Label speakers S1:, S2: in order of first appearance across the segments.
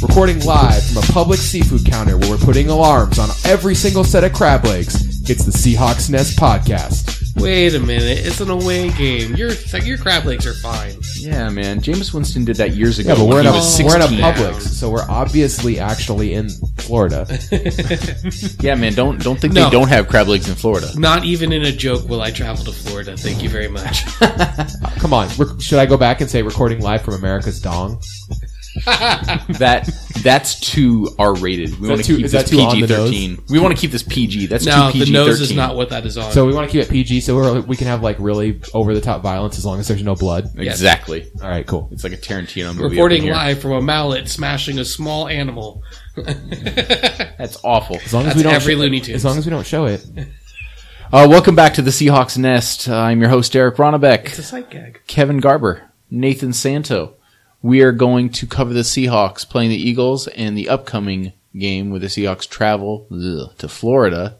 S1: Recording live from a public seafood counter where we're putting alarms on every single set of crab legs. It's the Seahawks Nest Podcast.
S2: Wait a minute, it's an away game. Your your crab legs are fine.
S3: Yeah, man. James Winston did that years ago.
S1: Yeah, but we're
S3: when
S1: in a
S3: he was
S1: we're in a
S3: 16.
S1: Publix, so we're obviously actually in Florida.
S3: Yeah, man. Don't don't think
S2: No.
S3: they don't have crab legs in Florida.
S2: Not even in a joke will I travel to Florida. Thank you very much.
S1: Come on, rec- should I go back and say recording live from America's Dong?
S3: That that's too R rated. We want to
S1: too-
S3: keep
S1: is that
S3: this
S1: too on the
S3: PG
S1: nose?
S3: thirteen. We want to keep this PG. That's
S2: No,
S3: too PG
S2: the
S3: thirteen.
S2: nose is not what that is on.
S1: So we want to keep it PG, so we're, we can have like really over the top violence as long as there's no blood.
S3: exactly.
S1: All right, cool.
S3: It's like a Tarantino movie.
S2: Reporting
S3: over here.
S2: live from a mallet smashing a small animal.
S3: That's awful.
S1: As long as
S2: That's
S1: we don't
S2: every
S1: sh-
S2: Looney Tunes.
S1: As long as we don't show it.
S3: Uh, welcome back to the Seahawks Nest. Uh, I'm your host Eric Ronnebeck,
S2: It's a sight gag.
S3: Kevin Garber, Nathan Santo. We are going to cover the Seahawks playing the Eagles and the upcoming game where the Seahawks travel ugh, to Florida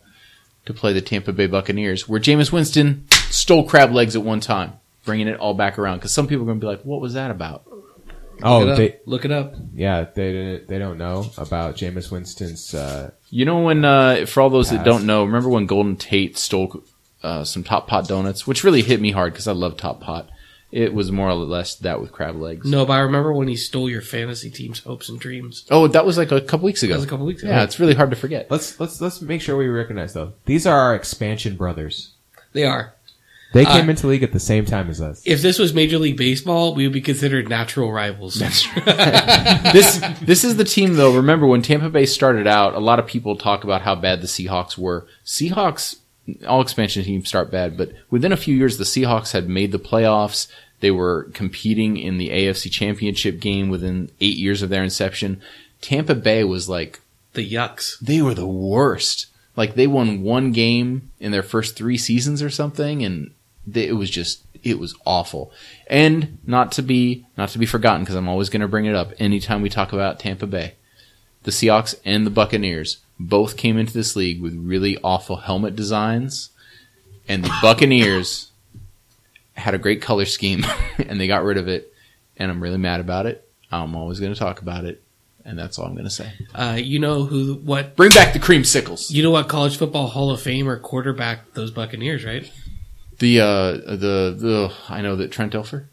S3: to play the Tampa Bay Buccaneers, where Jameis Winston stole crab legs at one time, bringing it all back around. Because some people are going to be like, "What was that about?"
S2: Look,
S1: Oh,
S2: it
S1: they,
S2: up. Look it up.
S1: yeah, they didn't- they don't know about Jameis Winston's. Uh,
S3: You know when, uh, for all those that
S1: Pass.
S3: don't know, remember when Golden Tate stole uh, some Top Pot donuts, which really hit me hard because I love Top Pot. It was more or less that with crab legs.
S2: No, but I remember when he stole your fantasy team's hopes and dreams.
S3: Oh, that was like a couple weeks ago.
S2: That was a couple weeks ago.
S3: Yeah, it's really hard to forget.
S1: let's let's let's make sure we recognize though. These are our expansion brothers.
S2: They are.
S1: They
S2: Uh,
S1: came into the league at the same time as us.
S2: If this was Major League Baseball, we would be considered natural rivals.
S3: this this is the team though. Remember when Tampa Bay started out, a lot of people talk about how bad the Seahawks were. Seahawks all expansion teams start bad, but within a few years the Seahawks had made the playoffs. They were competing in the AFC Championship game within 8 years of their inception. Tampa Bay was like
S2: the yucks.
S3: they were the worst. Like they won one game in their first three seasons or something, and they, it was just it was awful. And not to be not to be forgotten because I'm always going to bring it up anytime we talk about Tampa Bay, the Seahawks and the Buccaneers both came into this league with really awful helmet designs, and the Buccaneers had a great color scheme, and they got rid of it. And I'm really mad about it. I'm always going to talk about it, and that's all I'm going to say.
S2: Uh, you know who? What
S3: Bring back the creamsicles.
S2: You know what college football Hall of Fame or quarterback those Buccaneers, right?
S3: The uh the the I know that Trent Dilfer.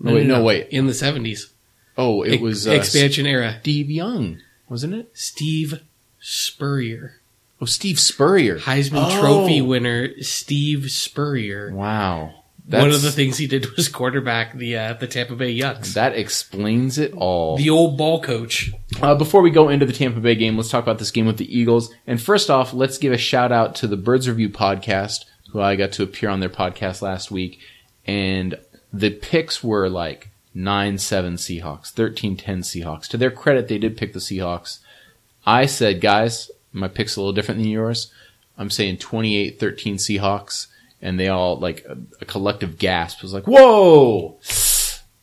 S3: No, wait, no, wait.
S2: In the seventies,
S3: Oh, it was uh,
S2: expansion era.
S3: Steve Young, wasn't it?
S2: Steve Spurrier,
S3: Oh, Steve Spurrier.
S2: Heisman
S3: Oh.
S2: Trophy winner Steve Spurrier.
S3: Wow,
S2: One of the things he did was quarterback the uh, the Tampa Bay Yucks,
S3: that explains it all.
S2: the old ball coach.
S3: Uh, before we go into the Tampa Bay game, let's talk about this game with the Eagles. And first off, let's give a shout out to the Birds Review podcast, who I got to appear on their podcast last week. And the picks were like 9 7 Seahawks, 13 10 Seahawks. To their credit, they did pick the Seahawks. I said, guys, my pick's a little different than yours. I'm saying 28 13 Seahawks. And they all, like, a, a collective gasp was like, whoa!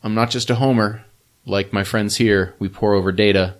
S3: I'm not just a homer like my friends here, we pour over data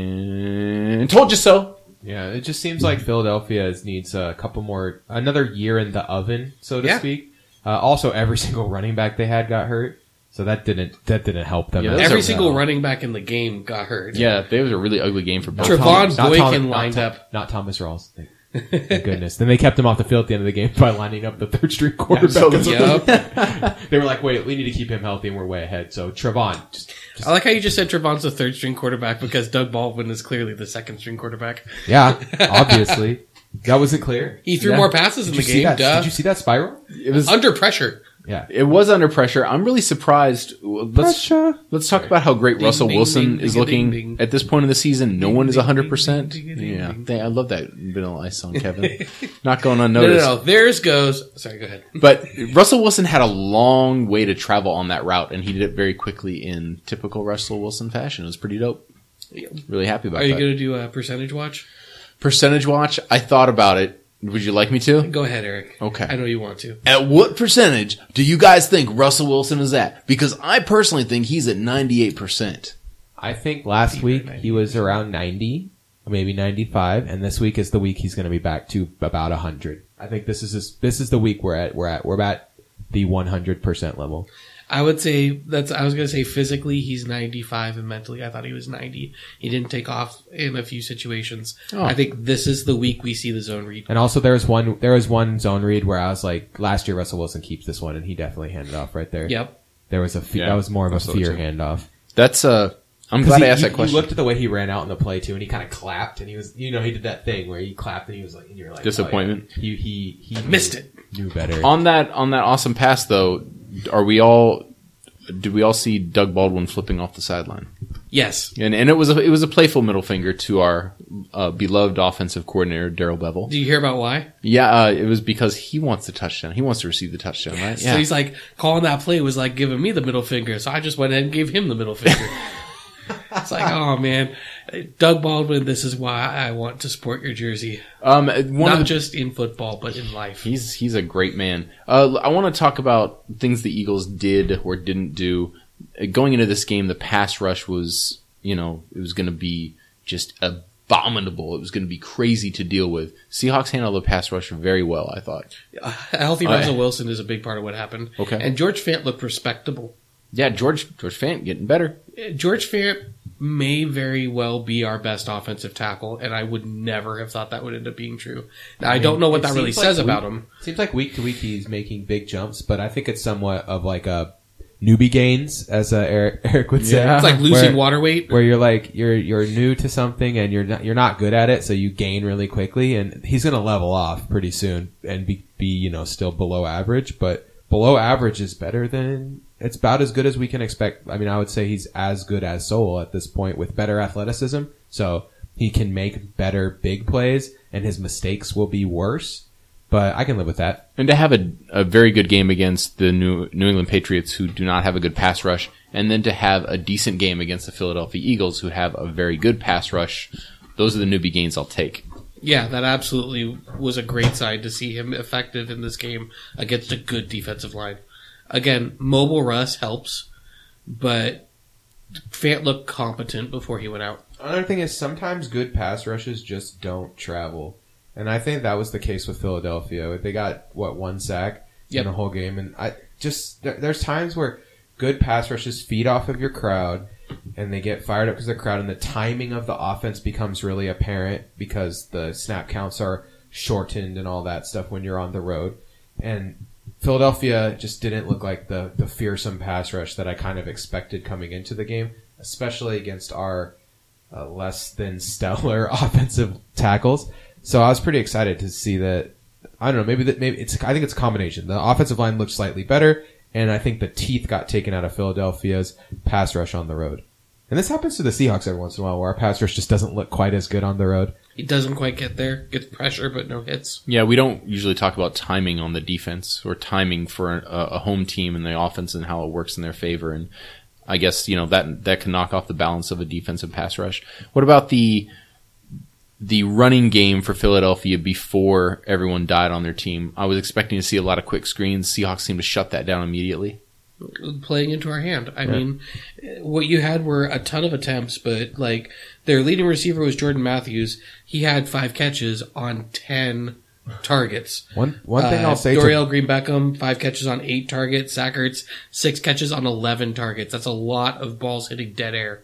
S3: and told you so.
S1: Yeah, it just seems like Philadelphia is- needs a couple more, another year in the oven, so to
S2: Yeah.
S1: speak. Uh, also, every single running back they had got hurt, so that didn't that didn't help them.
S3: Yeah,
S1: at
S3: Those
S2: Every
S3: are-
S1: all.
S2: single running back in the game got hurt.
S3: Yeah, that was a really ugly game for both.
S2: Trevon
S1: Thomas- not
S2: Boykin
S1: Thomas- not
S2: lined
S1: Tom-
S2: up.
S1: not Thomas Rawls. Thank, thank goodness. Then they kept him off the field at the end of the game by lining up the third string quarterback.
S3: Absolutely.
S2: Yep.
S1: They were like, "Wait, we need to keep him healthy, and we're way ahead." So Trevon, just,
S2: I like how you just said Trevon's the third string quarterback because Doug Baldwin is clearly the second string quarterback.
S1: yeah, obviously, that wasn't clear.
S2: He threw
S1: Yeah.
S2: more passes in
S1: Did you see
S2: the game.
S1: that?
S2: Duh.
S1: Did you see that spiral?
S3: It was
S2: Under pressure.
S1: Yeah.
S3: it was under pressure. I'm really surprised. Let's let's talk about how great
S2: Ding,
S3: Russell
S2: ding,
S3: Wilson
S2: ding,
S3: is
S2: ding,
S3: looking
S2: ding, ding.
S3: at this point in the season. No one is
S2: ding,
S3: 100. percent
S2: ding, ding, ding,
S3: Yeah,
S2: ding.
S3: They- I love that Vanilla Ice song, Kevin. Not going
S2: No, no,
S3: unnoticed.
S2: no. Theirs goes. Sorry, go ahead.
S3: But Russell Wilson had a long way to travel on that route, and he did it very quickly in typical Russell Wilson fashion. It was pretty dope. Really happy about
S2: Are you
S3: that.
S2: going to do a percentage watch?
S3: Percentage watch. I thought about it. Would you like me to?
S2: Go ahead, Eric.
S3: Okay.
S2: I know you want to.
S3: At what percentage do you guys think Russell Wilson is at? Because I personally think he's at 98%.
S1: I think last week he was around 90, maybe 95, and this week is the week he's going to be back to about 100. I think this is this, this is the week we're at. We're at. We're at the 100 percent level.
S2: I would say that's. I was gonna say physically he's 95, and mentally I thought he was 90. He didn't take off in a few situations.
S3: Oh.
S2: I think this is the week we see the zone read.
S1: And also, there was one there was one zone read where I was like, last year Russell Wilson keeps this one, and he definitely handed off right there.
S2: Yep.
S1: There was a fe-
S4: Yeah,
S1: that was more of a
S4: I saw it
S1: fear
S4: too.
S1: handoff.
S3: That's uh I'm glad I asked that question.
S1: You looked at the way he ran out in the play too, and he kind of clapped, and he was you know he did that thing where he clapped and he was like, and you're like oh, yeah.
S3: Disappointment.
S1: He he he
S2: Missed
S1: knew-
S2: it. Um,
S1: Knew better.
S3: on that on that awesome pass though, are we all did we all see Doug Baldwin flipping off the sideline?
S2: Yes.
S3: And and it was a, it was a playful middle finger to our uh, beloved offensive coordinator Daryl Bevel.
S2: Do you hear about why?
S3: Yeah, uh, it was because he wants the touchdown. He wants to receive the touchdown, right?
S2: So he's like calling that play was like giving me the middle finger. So I just went ahead and gave him the middle finger. it's like, oh man, Doug Baldwin. This is why I want to sport your jersey,
S3: um, one
S2: not
S3: of the,
S2: just in football but in life.
S3: He's he's a great man. Uh, I want to talk about things the Eagles did or didn't do. Uh, Going into this game, the pass rush was you know it was going to be just abominable. It was going to be crazy to deal with. Seahawks handled the pass rush very well, I thought.
S2: A healthy
S3: All right.
S2: Russell Wilson is a big part of what happened.
S3: Okay.
S2: and George Fant looked respectable.
S3: Yeah, George George Fant getting better.
S2: George Fant may very well be our best offensive tackle, and I would never have thought that would end up being true. Now, I don't know what
S1: It
S2: that really
S1: seems like
S2: says
S1: we-
S2: about him.
S1: Seems like week to week he's making big jumps, but I think it's somewhat of like a newbie gains, as uh, Eric, Eric would say.
S2: It's like losing
S1: where,
S2: water weight.
S1: where you're like you're you're new to something and you're not you're not good at it, so you gain really quickly, and he's gonna level off pretty soon and be be you know still below average, but below average is better than. It's about as good as we can expect. I mean, I would say he's as good as Soul at this point with better athleticism. So he can make better big plays and his mistakes will be worse, but I can live with that.
S3: And to have a, a very good game against the New, New England Patriots, who do not have a good pass rush, and then to have a decent game against the Philadelphia Eagles, who have a very good pass rush, those are the newbie gains I'll take.
S2: Yeah, that absolutely was a great sign to see him effective in this game against a good defensive line. Again, mobile Russ helps, but Fant looked competent before he went out.
S1: Another thing is sometimes good pass rushes just don't travel. And I think that was the case with Philadelphia. They got, what, one sack
S2: Yep.
S1: in the whole game. And I just, there, there's times where good pass rushes feed off of your crowd and they get fired up because of the crowd and the timing of the offense becomes really apparent because the snap counts are shortened and all that stuff when you're on the road. And Philadelphia just didn't look like the, the fearsome pass rush that I kind of expected coming into the game, especially against our uh, less than stellar offensive tackles. So I was pretty excited to see that. I don't know. Maybe that. Maybe it's. I think it's a combination. The offensive line looked slightly better, and I think the teeth got taken out of Philadelphia's pass rush on the road. And this happens to the Seahawks every once in a while, where our pass rush just doesn't look quite as good on the road.
S2: He doesn't quite get there, gets pressure, but no hits.
S3: Yeah, we don't usually talk about timing on the defense or timing for a, a home team and the offense and how it works in their favor. And I guess you know that that can knock off the balance of a defensive pass rush. What about the the running game for Philadelphia before everyone died on their team? I was expecting to see a lot of quick screens. Seahawks seemed to shut that down immediately.
S2: playing into our hand. I mean, what you had were a ton of attempts, but like their leading receiver was Jordan Matthews. He had five catches on ten targets.
S1: One one thing
S2: Uh,
S1: I'll say to
S2: Doriel Green Beckham five catches on eight targets. Sackerts six catches on eleven targets. That's a lot of balls hitting dead air.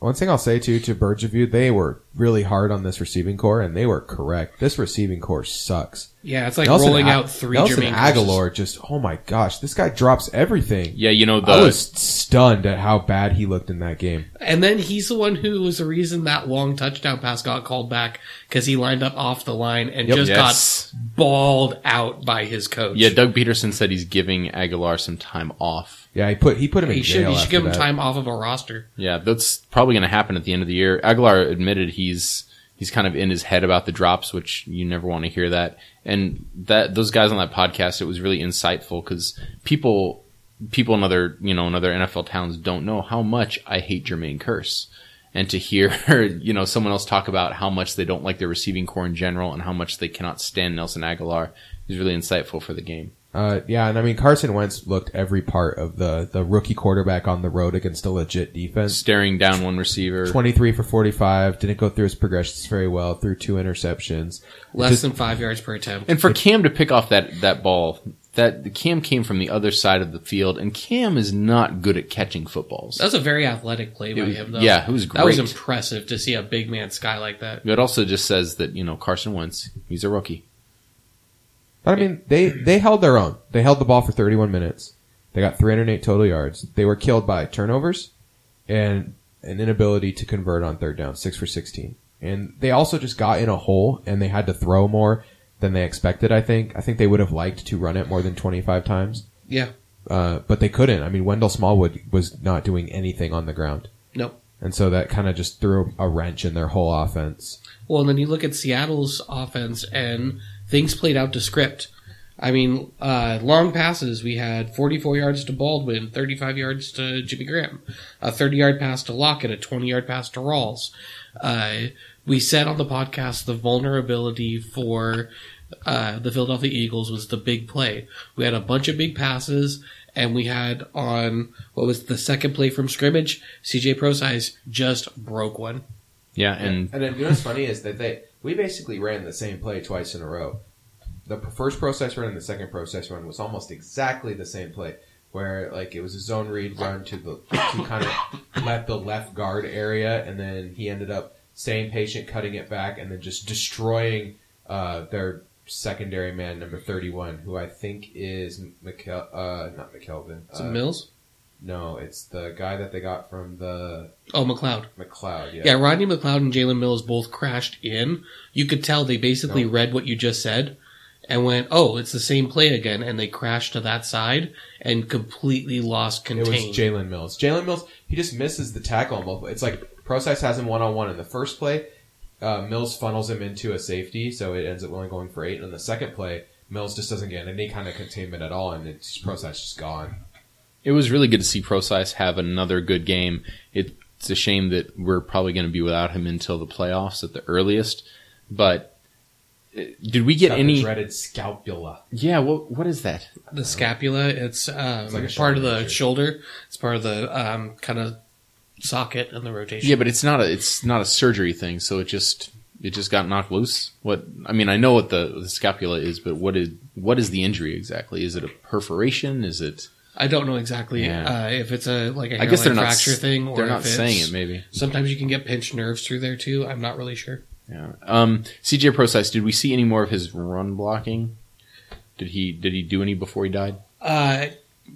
S1: One thing I'll say too to Birds Review, they were really hard on this receiving core, and they were correct. This receiving core sucks.
S2: Yeah, it's like
S1: Nelson
S2: rolling
S1: Ag-
S2: out three.
S1: Nelson
S2: Jermaine Curses.
S1: Aguilar just oh my gosh, this guy drops everything.
S3: Yeah, you know the
S1: I was stunned at how bad he looked in that game.
S2: And then he's the one who was the reason that long touchdown pass got called back because he lined up off the line and
S3: Yep.
S2: just
S3: Yes.
S2: got balled out by his coach.
S3: yeah Doug Peterson said he's giving Aguilar some time off.
S1: Yeah, he put he put him in
S2: He should,
S1: jail.
S2: he should
S1: after
S2: give him
S1: that.
S2: time off of a roster.
S3: Yeah, that's probably going to happen at the end of the year. Aguilar admitted he's he's kind of in his head about the drops, which you never want to hear that. And that those guys on that podcast, it was really insightful because people people in other you know in other NFL towns don't know how much I hate Jermaine Curse. And to hear you know someone else talk about how much they don't like their receiving core in general and how much they cannot stand Nelson Aguilar is really insightful for the game.
S1: Uh, yeah, and I mean Carson Wentz looked every part of the the rookie quarterback on the road against a legit defense.
S3: Staring down one receiver,
S1: Twenty three for forty five. Didn't go through his progressions very well. Threw two interceptions.
S2: Less
S1: Just-
S2: than five yards per attempt.
S3: And for Cam to pick off that, that ball that Cam came from the other side of the field, and Cam is not good at catching footballs.
S2: That was a very athletic play by
S3: It was-
S2: him, though.
S3: yeah, it was
S2: That was
S3: great.
S2: impressive to see a big man sky like that.
S3: It also just says that you know Carson Wentz, he's a rookie.
S1: But I mean, they they held their own. They held the ball for 31 minutes. They got 308 total yards. They were killed by turnovers and an inability to convert on third down, six for 16. And they also just got in a hole and they had to throw more than they expected. I think. I think they would have liked to run it more than 25 times.
S2: Yeah.
S1: Uh, but they couldn't. I mean, Wendell Smallwood was not doing anything on the ground.
S2: Nope.
S1: And so that kind of just threw a wrench in their whole offense.
S2: Well, and then you look at Seattle's offense, and things played out to script. I mean, uh, long passes. We had 44 yards to Baldwin, 35 yards to Jimmy Graham, a 30 yard pass to Lockett, a 20 yard pass to Rawls. Uh, we said on the podcast the vulnerability for uh, the Philadelphia Eagles was the big play. We had a bunch of big passes, and we had on what was the second play from scrimmage, CJ ProSize just broke one.
S3: Yeah, and
S1: And then you know what's funny is that they we basically ran the same play twice in a row. The p- first process run and the second process run was almost exactly the same play, where like it was a zone read run to the to kind of let the left guard area, and then he ended up staying patient, cutting it back, and then just destroying uh, their secondary man number thirty one, who I think is McKel uh, not McKelvin.
S2: So
S1: Uh,
S2: Mills?
S1: no, it's the guy that they got from the
S2: Oh, McLeod.
S1: McLeod.
S2: Yeah, Rodney McLeod and Jalen Mills both crashed in. You could tell they basically
S1: No.
S2: read what you just said and went, "Oh, it's the same play again," and they crashed to that side and completely lost
S1: It was
S2: contain.
S1: Jalen Mills. Jalen Mills, he just misses the tackle on both. It's like Process has him one on one in the first play. Uh, Mills funnels him into a safety, so it ends up only going for eight. And on the second play, Mills just doesn't get any kind of containment at all, and it's Process just gone.
S3: it was really good to see Procise have another good game. It, it's a shame that we're probably going to be without him until the playoffs at the earliest. But uh, did we
S1: It's
S3: get
S1: got
S3: any?
S1: the dreaded scapula?
S3: yeah. What what is that?
S2: the scapula, it's, um,
S1: It's like a
S2: part
S1: shoulder
S2: of the
S1: injury.
S2: shoulder. It's part of the um, kind of socket and the rotation.
S3: Yeah, but it's not a it's not a surgery thing. So it just it just got knocked loose. What I mean, I know what the, the scapula is, but what is what is the injury exactly? Is it a perforation? Is it?
S2: I don't know exactly
S3: Yeah.
S2: uh, if it's a like a
S3: I guess they're
S2: hairline
S3: not
S2: fracture
S3: s-
S2: thing or
S3: They're not
S2: if it's-
S3: saying it. Maybe.
S2: Sometimes you can get pinched nerves through there too. I'm not really sure.
S3: Yeah. Um, CJ Procise, did we see any more of his run blocking? Did he did he do any before he died?
S2: Uh,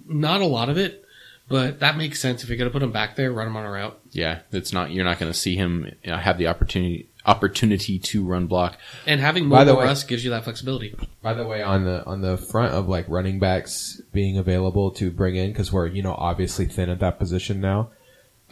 S2: not a lot of it, but that makes sense. If you're going to put him back there, run him on a route.
S3: Yeah, it's not you're not going to see him you know, have the opportunity opportunity to run block.
S2: And having
S1: By the
S2: mobile
S1: way-
S2: Russ gives you that flexibility.
S1: By the way, on the on the front of like running backs being available to bring in because we're you know obviously thin at that position now.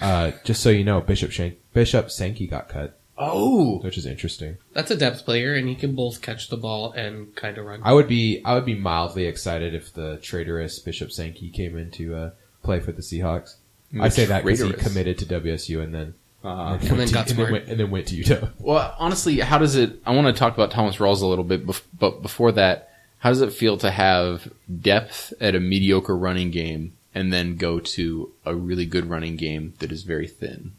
S1: Uh, just so you know, Bishop Shank, Bishop Sankey got cut,
S3: Oh,
S1: which is interesting.
S2: That's a depth player, and he can both catch the ball and kind of run.
S1: I would be I would be mildly excited if the traitorous Bishop Sankey came in to uh, play for the Seahawks. I say that because he
S3: Traitorous.
S1: committed to WSU and then
S3: Uh,
S2: And then
S1: to,
S2: got smart.
S1: And then, went, and then went to UW.
S3: well, honestly, how does it? I want to talk about Thomas Rawls a little bit, bef- but before that, how does it feel to have depth at a mediocre running game and then go to a really good running game that is very thin?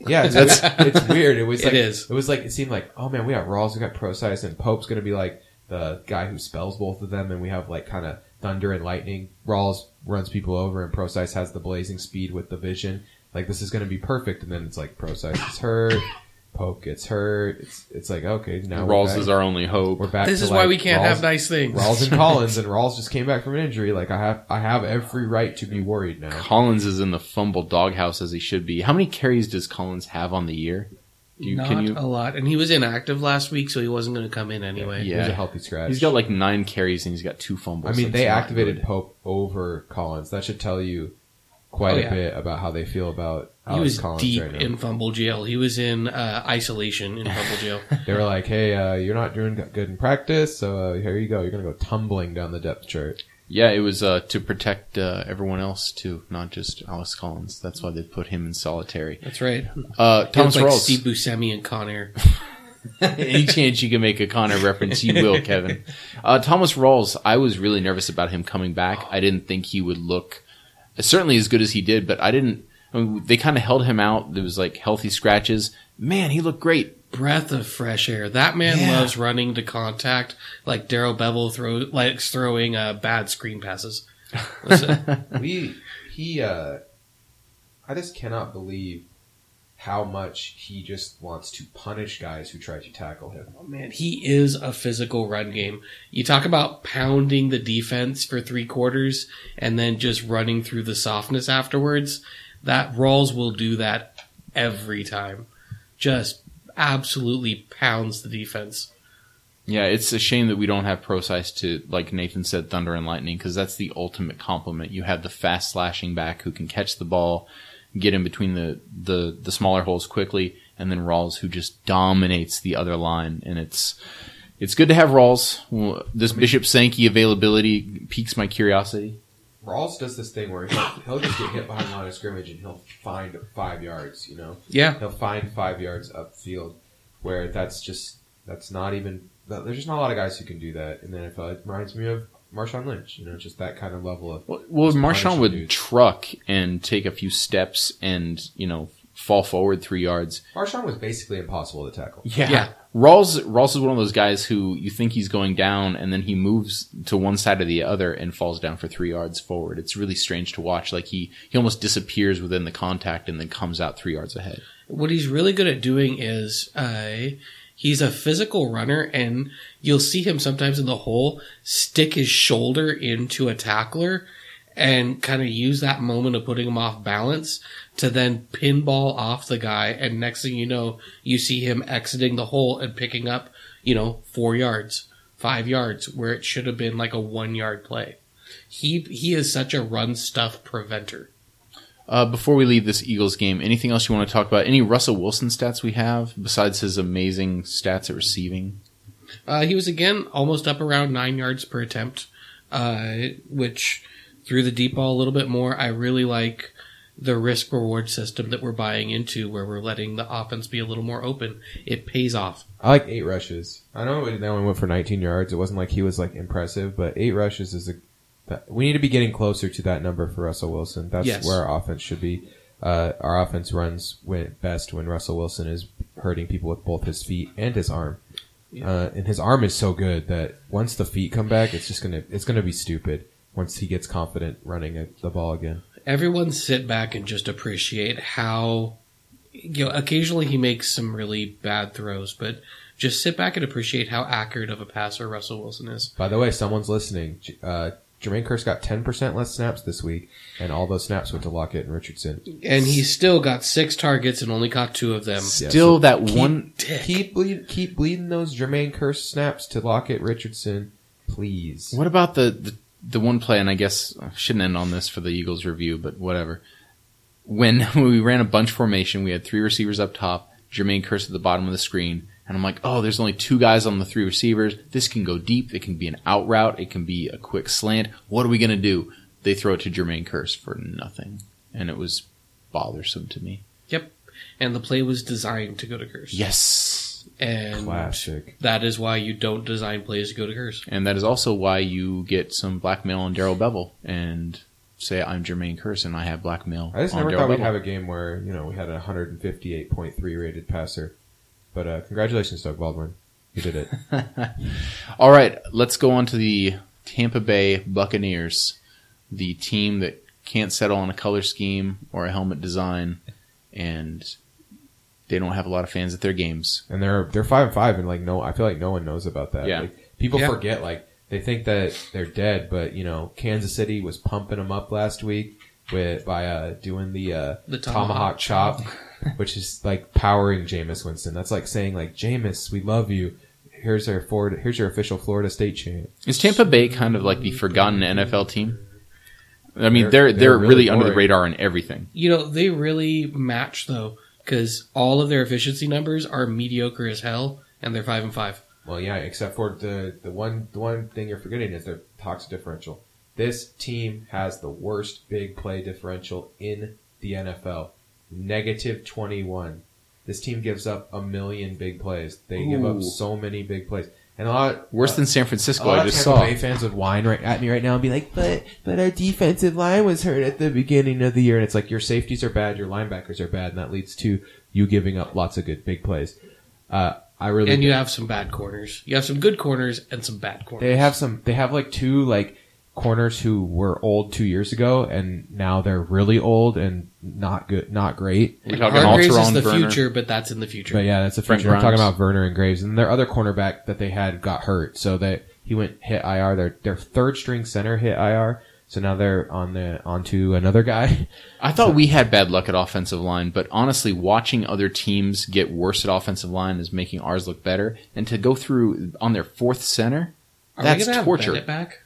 S1: Yeah, it's, it's, it's weird. It was
S2: It
S1: like,
S2: is.
S1: It was like it seemed like oh man, we got Rawls, we got ProSize, and Pope's gonna be like the guy who spells both of them, and we have like kind of thunder and lightning. Rawls runs people over, and ProSize has the blazing speed with the vision. Like this is gonna be perfect, and then it's like ProSize is hurt, Pope gets hurt. It's it's like okay now we're
S3: Rawls
S1: back-
S3: is our only hope.
S1: We're back.
S2: this
S1: to,
S2: is why
S1: like,
S2: we can't
S1: Rawls-
S2: have nice things.
S1: Rawls and Collins, and Rawls just came back from an injury. Like I have, I have every right to be worried now.
S3: Collins is in the fumble doghouse as he should be. How many carries does Collins have on the year? Do you,
S2: Not
S3: can you?
S2: a lot, and he was inactive last week, so he wasn't going to come in anyway.
S1: He
S3: Yeah.
S1: was a healthy scratch.
S3: He's got like nine carries and he's got two fumbles.
S1: I mean,
S3: That's
S1: they
S3: not
S1: activated
S3: good.
S1: Pope over Collins. That should tell you quite
S2: Oh,
S1: a
S2: yeah.
S1: bit about how they feel about
S2: He
S1: Alex
S2: was
S1: Collins
S2: deep
S1: right now.
S2: in fumble jail. He was in uh, isolation in fumble jail.
S1: They were like, "Hey, uh, you're not doing good in practice, so uh, here you go. You're gonna go tumbling down the depth chart."
S3: Yeah, it was uh, to protect uh, everyone else too, not just Alex Collins. That's why they put him in solitary.
S2: That's right.
S3: Uh,
S2: He
S3: Thomas
S2: was like
S3: Rawls.
S2: Steve Buscemi and Conair.
S3: Any chance you can make a Connor reference, you will, Kevin. Uh, Thomas Rawls, I was really nervous about him coming back. I didn't think he would look certainly as good as he did, but I didn't. I mean, they kind of held him out. There was like healthy scratches. Man, he looked great.
S2: breath of fresh air. That man
S1: Yeah.
S2: loves running to contact, like Daryl Bevel throw likes throwing uh, bad screen passes.
S1: we he uh I just cannot believe how much he just wants to punish guys who try to tackle him.
S2: Oh, man, he is a physical run game. You talk about pounding the defense for three quarters and then just running through the softness afterwards. That Rawls will do that every time. Just absolutely pounds the defense.
S3: Yeah, it's a shame that we don't have pro size to, like Nathan said, thunder and lightning, because that's the ultimate compliment. You have the fast slashing back who can catch the ball, get in between the, the, the smaller holes quickly, and then Rawls who just dominates the other line. And it's it's good to have Rawls. Well, This Bishop Sankey availability piques my curiosity.
S1: Rawls does this thing where he'll, he'll just get hit behind the line of scrimmage and he'll find five yards, you know?
S2: Yeah.
S1: He'll find five yards upfield where that's just, that's not even, that- there's just not a lot of guys who can do that. And then if uh, it reminds me of Marshawn Lynch, you know, just that kind of level of,
S3: Well, well Marshawn
S1: punishing
S3: would
S1: dudes.
S3: truck and take a few steps and, you know, fall forward three yards.
S1: Marshawn was basically impossible to tackle.
S3: Yeah.
S2: Yeah.
S3: Rawls Rawls is one of those guys who you think he's going down and then he moves to one side or the other and falls down for 3 yards forward. It's really strange to watch like he he almost disappears within the contact and then comes out 3 yards ahead.
S2: what he's really good at doing is uh, he's a physical runner and you'll see him sometimes in the hole stick his shoulder into a tackler and kind of use that moment of putting him off balance to then pinball off the guy and next thing you know you see him exiting the hole and picking up you know four yards five yards where it should have been like a one yard play he he is such a run stuff preventer
S3: Uh, before we leave this Eagles game, anything else you want to talk about? Any Russell Wilson stats we have besides his amazing stats at receiving?
S2: Uh, he was again almost up around nine yards per attempt, uh, which threw the deep ball a little bit more. I really like the risk reward system that we're buying into, where we're letting the offense be a little more open. It pays off.
S1: I like eight rushes. I know it- that only went for 19 yards. It wasn't like he was like impressive, but eight rushes is a. that- We need to be getting closer to that number for Russell Wilson. That's
S2: Yes.
S1: where our offense should be. Uh, our offense runs when, best when Russell Wilson is hurting people with both his feet and his arm. Uh, and his arm is so good that once the feet come back, it's just gonna it's gonna be stupid. Once he gets confident running at the ball again,
S2: Everyone sit back and just appreciate how, you know, occasionally he makes some really bad throws, but just sit back and appreciate how accurate of a passer Russell Wilson is.
S1: By the way, someone's listening. J- Uh, Jermaine Curse got 10% less snaps this week, and all those snaps went to Lockett and Richardson.
S2: And he still got six targets and only caught two of them.
S3: Still that one
S1: Keep bleed, keep bleeding those Jermaine Curse snaps to Lockett Richardson, please.
S3: What about the, the the one play? And I guess I shouldn't end on this for the Eagles review, but whatever. When we ran a bunch formation, we had three receivers up top, Jermaine Curse at the bottom of the screen, and I'm like, oh, there's only two guys on the three receivers. This can go deep. It can be an out route. It can be a quick slant. What are we gonna do? They throw it to Jermaine Curse for nothing, and it was bothersome to me.
S2: And the play was designed to go to curse.
S3: Yes,
S2: And
S1: Classic.
S2: That is why you don't design plays to go to curse.
S3: and that is also why you get some blackmail on Daryl Bevel and. Say I'm Jermaine Curse and I have blackmail.
S1: I just
S3: on
S1: never
S3: Darrell
S1: thought we'd
S3: Bevel.
S1: have a game where, you know, we had a 158.3 rated passer. But uh, congratulations, Doug Baldwin. You did it.
S3: All right, let's go on to the Tampa Bay Buccaneers, the team that can't settle on a color scheme or a helmet design, and they don't have a lot of fans at their games.
S1: and they're they're five and five, and like no, I feel like no one knows about that.
S3: Yeah.
S1: Like, people
S2: Yeah.
S1: forget. Like they think that they're dead, but you know, Kansas City was pumping them up last week with by uh, doing the uh,
S2: The
S1: tomahawk,
S2: tomahawk
S1: chop, which is like powering Jameis Winston. That's like saying like Jameis, we love you. Here's our Florida. Here's your official Florida State chant.
S3: Is Tampa Bay kind of like the forgotten NFL team? I mean,
S1: They're-
S3: they're they're,
S1: they're
S3: really,
S1: really
S3: under the
S1: boring.
S3: radar in everything.
S2: You know, they really match though, because all of their efficiency numbers are mediocre as hell, and they're five and five.
S1: Well, yeah, except for the the one the one thing you're forgetting is their toxic differential. This team has the worst big play differential in the NFL. Negative 21. This team gives up a million big plays. They give
S3: Ooh.
S1: up so many big plays. And a lot
S3: Worse than San
S1: a
S3: Francisco,
S1: lot
S3: I
S1: of
S3: just
S1: Oh, Tampa
S3: saw.
S1: Bay fans would whine right at me right now and be like, "But but our defensive line was hurt at the beginning of the year." And it's like your safeties are bad, your linebackers are bad, and that leads to you giving up lots of good big plays. Uh, I really
S2: And you have some bad corners. You have some good corners and some bad corners.
S1: They have some. They have like two like corners who were old two years ago, and now they're really old and not good, not great.
S3: We're talking
S2: Hargraves is
S3: Alteron
S2: the
S3: Werner.
S2: future, but that's in the future.
S1: But yeah, that's a
S3: Brent
S1: future. I'm talking
S3: Grimes.
S1: about Werner and Graves, and their other cornerback that they had got hurt, so that he went hit IR. Their their third string center hit IR, so now they're on the onto another guy.
S3: I thought we had bad luck at offensive line, but honestly, watching other teams get worse at offensive line is making ours look better. And to go through on their fourth center,
S2: Are
S3: that's
S2: we gonna have
S3: torture.
S2: Bennett back?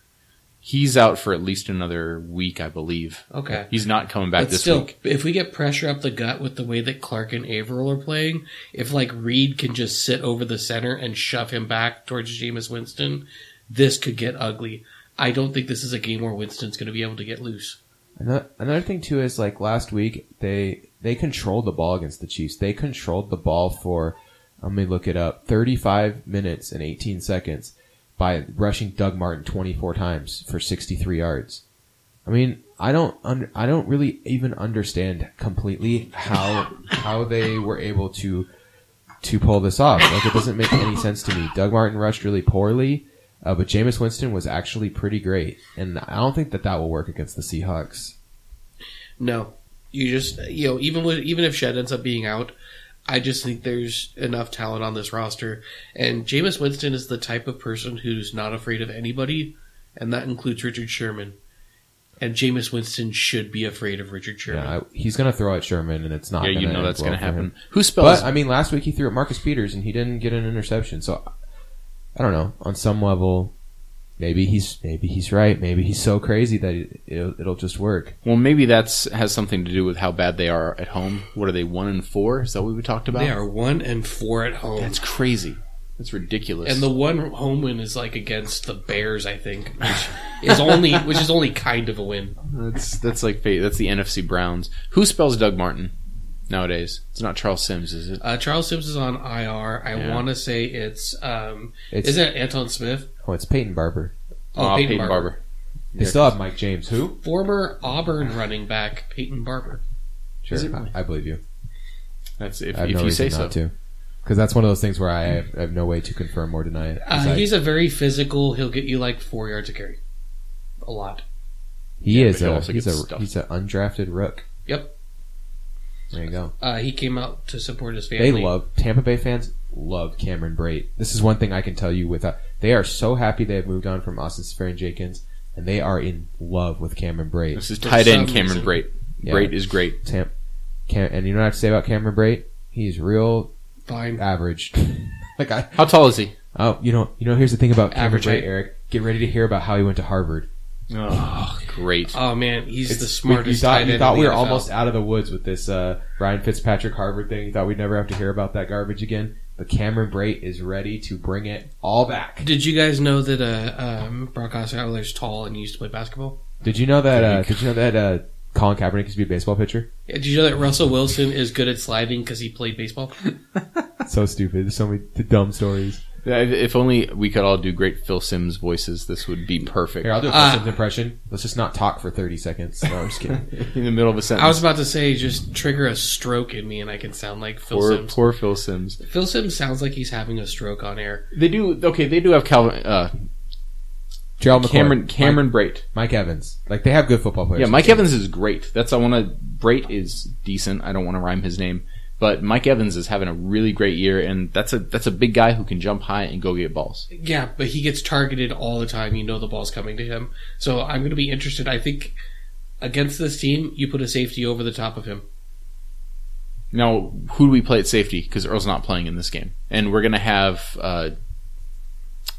S3: he's out for at least another week, I believe.
S2: Okay.
S3: He's not coming back
S2: but
S3: this
S2: still,
S3: week.
S2: if we get pressure up the gut with the way that Clark and Averill are playing, if like Reed can just sit over the center and shove him back towards Jameis Winston, this could get ugly. I don't think this is a game where Winston's going to be able to get loose.
S1: Ano- Another thing too is like last week they they controlled the ball against the Chiefs. They controlled the ball for let me look it up. 35 minutes and 18 seconds by rushing Doug Martin 24 times for 63 yards. I mean, I don't un- I don't really even understand completely how how they were able to to pull this off. Like it doesn't make any sense to me. Doug Martin rushed really poorly, uh, but Jameis Winston was actually pretty great, and I don't think that that will work against the Seahawks.
S2: No, you just you know even with even if Shed ends up being out, I just think there's enough talent on this roster, and Jameis Winston is the type of person who's not afraid of anybody, and that includes Richard Sherman. And Jameis Winston should be afraid of Richard Sherman.
S1: Yeah, I, he's going to throw at Sherman, and it's not.
S3: Yeah, you
S1: gonna
S3: know
S1: end
S3: that's
S1: well
S3: going to
S1: for him.
S3: happen. Who spells?
S1: But I mean, last week he threw at Marcus Peters, and he didn't get an interception. So I don't know. On some level, maybe he's maybe he's right. Maybe he's so crazy that it, it'll, it'll just work.
S3: well, maybe that's has something to do with how bad they are at home. What are they one and four? Is that what we talked about?
S2: They are one and four at home.
S3: That's crazy. That's ridiculous.
S2: and the one home win is like against the Bears, I think, which is only which is only kind of a win.
S3: That's that's like fa- that's the NFC Browns. Who spells Doug Martin nowadays? It's not Charles Sims, is it?
S2: Uh, Charles Sims is on IR. I
S3: Yeah.
S2: want to say it's um,
S1: It's
S2: isn't it Anton Smith?
S1: oh, it's Peyton Barber.
S3: Ah,
S2: Oh, Peyton Barber.
S1: They still have Mike James. Who?
S2: Former Auburn running back Peyton Barber.
S1: Sure,
S3: Is it really?
S1: I, I believe you.
S3: That's if,
S1: I have
S3: if
S1: no
S3: you say
S1: reason
S3: so.
S1: not to. Because that's one of those things where I have, I have no way to confirm or deny it. 'Cause
S2: Uh,
S1: I-
S2: he's a very physical. He'll get you like four yards a carry, a lot.
S1: he
S3: Yeah,
S1: is
S3: but he
S1: a
S3: also
S1: he's
S3: gets
S1: a
S3: stuffed.
S1: he's an undrafted rook.
S2: Yep.
S1: There you go.
S2: Uh, he came out to support his family.
S1: They love Tampa Bay fans love Cameron Brate. This is one thing I can tell you without they are so happy they have moved on from Austin Safarian Jenkins and they are in love with Cameron Brate.
S3: This is
S2: For
S3: tight end
S2: some reason.
S3: Cameron Brait.
S1: Yeah.
S3: Brait is great.
S1: Tam- Cam- and you know what I have to say about Cameron Brate? He's real
S2: fine.
S1: average. like I
S3: How tall is he?
S1: oh you know you know here's the thing about Cameron
S2: Average height.
S1: Brate, Eric. Get ready to hear about how he went to Harvard.
S3: Oh, great.
S2: Oh man, he's the
S1: It's-
S2: smartest.
S1: You thought,
S2: tight
S1: you
S2: end
S1: thought
S2: in
S1: we
S2: the
S1: were
S2: NFL.
S1: almost out of the woods with this uh, Ryan Fitzpatrick Harvard thing. You thought we'd never have to hear about that garbage again. But Cameron Brate is ready to bring it all back.
S2: Did you guys know that uh, um, Brock Osweiler's tall and he used to play basketball?
S1: Did you know that?
S3: There you
S1: Uh, did you know that uh, Colin Kaepernick used to be a baseball pitcher?
S2: Yeah, Did you know that Russell Wilson is good at sliding because he played baseball?
S1: so stupid. There's so many d- dumb stories.
S3: Yeah, If if only we could all do great Phil Sims voices, this would be perfect.
S1: Here, I'll do a
S2: Ah.
S3: Uh,
S1: Phil Sims impression. Let's just not talk for 30 seconds. No, I'm just kidding.
S3: In the middle of a sentence.
S2: I was about to say, just trigger a stroke in me and I can sound like Phil
S3: poor,
S2: Sims.
S3: poor Phil Sims.
S2: Phil Sims sounds like he's having a stroke on air.
S3: They do okay. They do have Calvin, uh,
S1: Gerald McCoy,
S3: Cameron Cameron Brait.
S1: Mike, Mike Evans. Like they have good football players.
S3: Yeah, Mike Evans is great. That's I want to. Brait is decent. I don't want to rhyme his name, but Mike Evans is having a really great year, and that's a that's a big guy who can jump high and go get balls.
S2: Yeah, but he gets targeted all the time. You know the ball's coming to him. So I'm going to be interested. I think against this team, you put a safety over the top of him.
S3: Now, who do we play at safety? Because Earl's not playing in this game, and we're gonna have uh,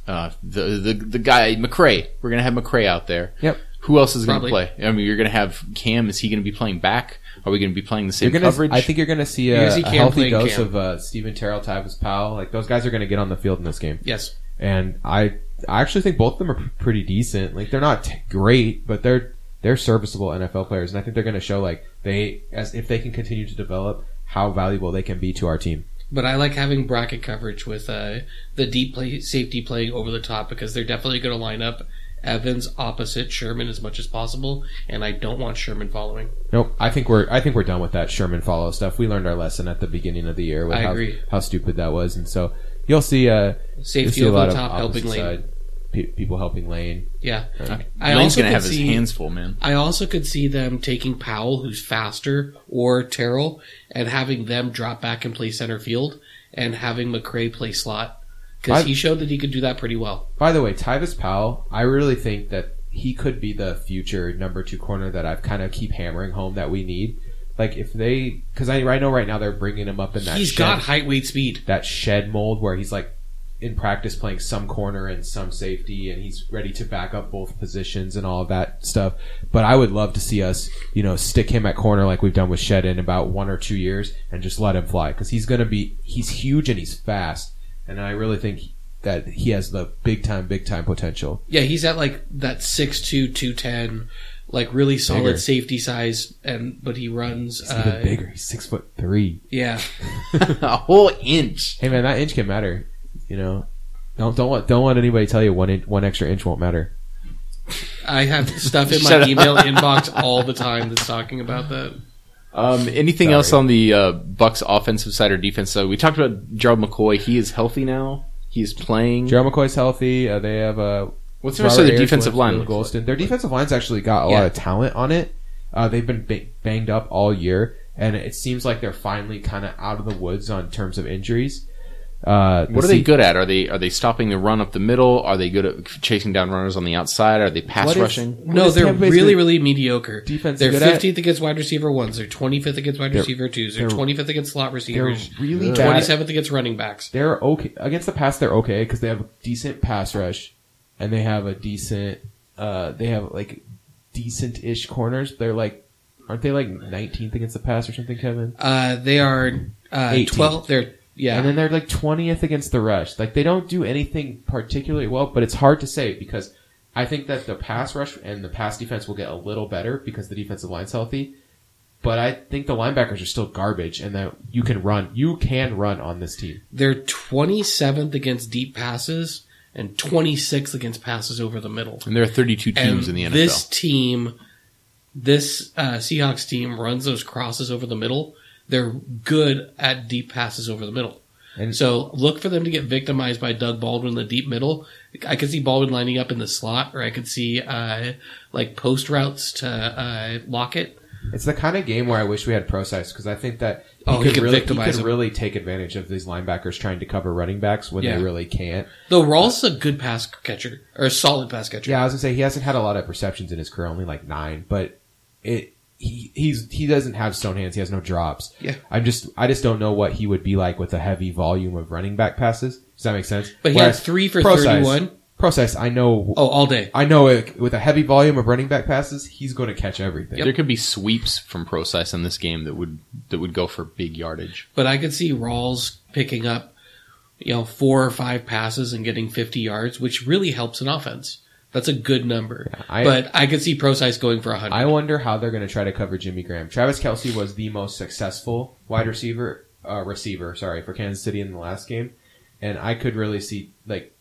S3: uh, the the the guy McCray. We're gonna have McCray out there.
S1: Yep.
S3: Who else is gonna
S2: Probably.
S3: play? I mean, you're gonna have Cam. Is he gonna be playing back? Are we gonna be playing the
S1: You're
S3: same
S1: gonna,
S3: coverage?
S1: I think you're going to see
S2: You're
S1: a,
S2: gonna see
S1: a
S2: Cam
S1: healthy
S2: playing
S1: dose
S2: Cam.
S1: of uh, Stephen Terrell, Tyvis Powell. Like those guys are going to get on the field in this game,
S2: Yes.
S1: and I, I actually think both of them are p- pretty decent. Like they're not t- great, but they're they're serviceable NFL players, and I think they're going to show like they as if they can continue to develop how valuable they can be to our team.
S2: But I like having bracket coverage with uh, the deep play, safety playing over the top because they're definitely going to line up Evans opposite Sherman as much as possible, and I don't want Sherman following.
S1: Nope. I think we're I think we're done with that Sherman follow stuff. We learned our lesson at the beginning of the year with
S2: I
S1: how,
S2: agree.
S1: how stupid that was, and so you'll see. Uh, you'll
S2: Safety
S1: see a
S2: over
S1: lot
S2: the
S1: of
S2: top,
S1: opposite
S2: helping lane.
S1: side pe- people helping lane.
S2: Yeah, I
S3: Lane's
S2: also
S3: gonna
S2: could
S3: have his
S2: see-
S3: hands full, man.
S2: I also could see them taking Powell, who's faster, or Terrell, and having them drop back and play center field, and having McCray play slot because
S1: I-
S2: he showed that he could do that pretty well.
S1: By the way, Tyvis Powell, I really think that he could be the future number two corner that I've kind of keep hammering home that we need. Like if they, because I, I know right now they're bringing him up in that
S2: He's
S1: shed,
S2: got height, weight, speed.
S1: that shed mold where he's like in practice playing some corner and some safety, and he's ready to back up both positions and all of that stuff. But I would love to see us, you know, stick him at corner like we've done with Shed in about one or two years, and just let him fly because he's gonna be he's huge and he's fast, and I really think that he has the big time, big time potential.
S2: Yeah, he's at like that 6'2", 210, like really solid
S1: Bigger.
S2: safety size, and but he runs.
S1: He's
S2: uh,
S1: even bigger. He's six foot three.
S2: Yeah,
S3: a whole inch.
S1: Hey man, that inch can matter. You know, don't don't let don't let anybody tell you one in, one extra inch won't matter.
S2: I have stuff in
S3: Shut
S2: my
S3: up.
S2: email inbox all the time that's talking about that.
S3: Um, anything
S1: Sorry.
S3: else on the uh, Bucks offensive side or defense side? We talked about Gerald McCoy. He is healthy now. He is playing.
S1: Gerald McCoy's healthy. Uh, they have uh,
S3: Mm-hmm. What's the rest of
S1: Robert
S3: their
S1: Ayers,
S3: defensive line?
S1: Winfield
S3: look like?
S1: Golston. Their defensive line's actually got a
S3: Yeah.
S1: lot of talent on it. Uh, they've been ba- banged up all year, and it seems like they're finally kind of out of the woods on terms of injuries. Uh,
S3: What
S1: the
S3: are they
S1: se-
S3: good at? Are they are they stopping the run up the middle? Are they good at chasing down runners on the outside? Are they pass
S1: What is-
S3: rushing?
S1: what
S2: No,
S1: is
S2: they're
S1: Tampa Bay's
S2: really,
S1: good-
S2: really mediocre.
S1: defense
S2: They're
S1: good at?
S2: fifteenth against wide receiver ones. They're twenty fifth against wide
S1: They're-
S2: receiver twos. They're
S1: they're-
S2: twenty fifth against slot
S1: They're
S2: receivers.
S1: really
S2: Twenty
S1: bad.
S2: seventh against running backs.
S1: They're okay against the pass. They're okay because they have a decent pass rush, and they have a decent. Uh, they have like decent-ish corners. They're like, aren't they like 19th against the pass or something, Kevin?
S2: Uh, they are uh,
S1: 18th.
S2: twelve. They're yeah.
S1: And then they're like 20th against the rush. Like they don't do anything particularly well, but it's hard to say because I think that the pass rush and the pass defense will get a little better because the defensive line's healthy. But I think the linebackers are still garbage and that you can run, you can run on this team.
S2: they're twenty seventh against deep passes and twenty sixth against passes over the middle.
S3: And there are 32
S2: and
S3: teams in the NFL.
S2: This team, this uh, Seahawks team, runs those crosses over the middle. They're good at deep passes over the middle.
S1: And-
S2: so look for them to get victimized by Doug Baldwin in the deep middle. I could see Baldwin lining up in the slot, or I could see uh, like post routes to uh, Lockett.
S1: It's the kind of game where I wish we had pro size because I think that he
S2: Oh, he
S1: could
S2: could
S1: really, he
S2: victimize
S1: could
S2: them.
S1: really take advantage of these linebackers trying to cover running backs when
S2: Yeah.
S1: they really can't.
S2: Though Rawls is a good pass catcher or a solid pass catcher.
S1: Yeah, I was gonna say he hasn't had a lot of perceptions in his career, only like nine. But it he he's he doesn't have stone hands. He has no drops.
S2: Yeah.
S1: I'm just I just don't know what he would be like with a heavy volume of running back passes. Does that make sense?
S2: But he had
S1: Whereas
S2: three for
S1: Pro size-
S2: 31.
S1: Pro size, I know.
S2: Oh, all day.
S1: I know it, with a heavy volume of running back passes, he's going to catch everything.
S3: There could be sweeps from Process in this game that would that would go for big yardage.
S2: But I could see Rawls picking up, you know, four or five passes and getting 50 yards, which really helps an offense. That's a good number.
S1: I-
S2: but I could see ProSize going for 100.
S1: I wonder how they're going to try to cover Jimmy Graham. Travis Kelsey was the most successful wide receiver, uh, receiver, sorry, for Kansas City in the last game, and I could really see like,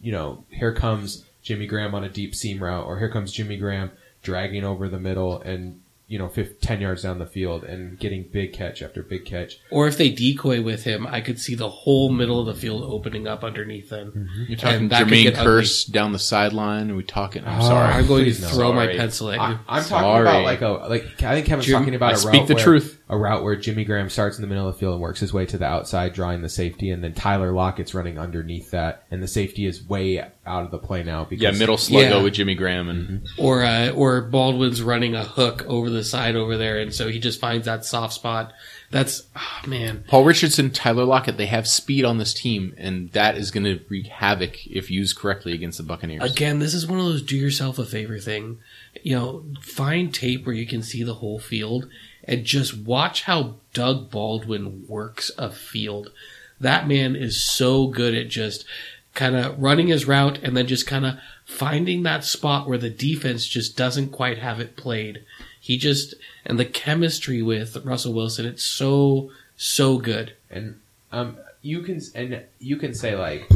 S1: you know, here comes Jimmy Graham on a deep seam route, or here comes Jimmy Graham dragging over the middle and you know, 15, ten yards down the field and getting big catch after big catch.
S2: or if they decoy with him, I could see the whole middle of the field opening up underneath them.
S1: Mm-hmm.
S3: You're talking
S2: that could
S3: Jermaine
S2: get Ah,
S3: Curse down the sideline. Are we talking? I'm
S1: Oh,
S3: sorry.
S2: I'm going to
S1: Please no.
S2: throw my
S3: Sorry.
S2: pencil at
S1: I,
S2: you.
S1: I'm
S3: Sorry.
S1: talking about like a like I think Kevin's
S2: Jim-
S1: talking about
S3: I
S1: a
S3: speak
S1: route
S3: the
S1: where,
S3: truth.
S1: a route where Jimmy Graham starts in the middle of the field and works his way to the outside, drawing the safety, and then Tyler Lockett's running underneath that, and the safety is way out of the play now because
S3: Yeah, middle sluggo
S2: Yeah.
S3: with Jimmy Graham and
S2: Or uh, or Baldwin's running a hook over the side over there, and so he just finds that soft spot. That's oh, man.
S3: Paul Richardson, Tyler Lockett. They have speed on this team, and that is going to wreak havoc if used correctly against the Buccaneers.
S2: Again, this is one of those do yourself a favor thing. You know, find tape where you can see the whole field and just watch how Doug Baldwin works a field. That man is so good at just kind of running his route and then just kind of finding that spot where the defense just doesn't quite have it played. He just, and the chemistry with Russell Wilson, it's so, so good.
S1: and um you can and you can say like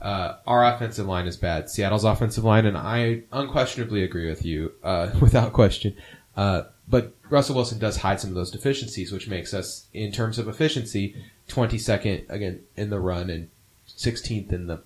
S1: Uh, our offensive line is bad. Seattle's offensive line, and I unquestionably agree with you, uh, without question. Uh, but Russell Wilson does hide some of those deficiencies, which makes us, in terms of efficiency, 22nd again in the run and 16th in the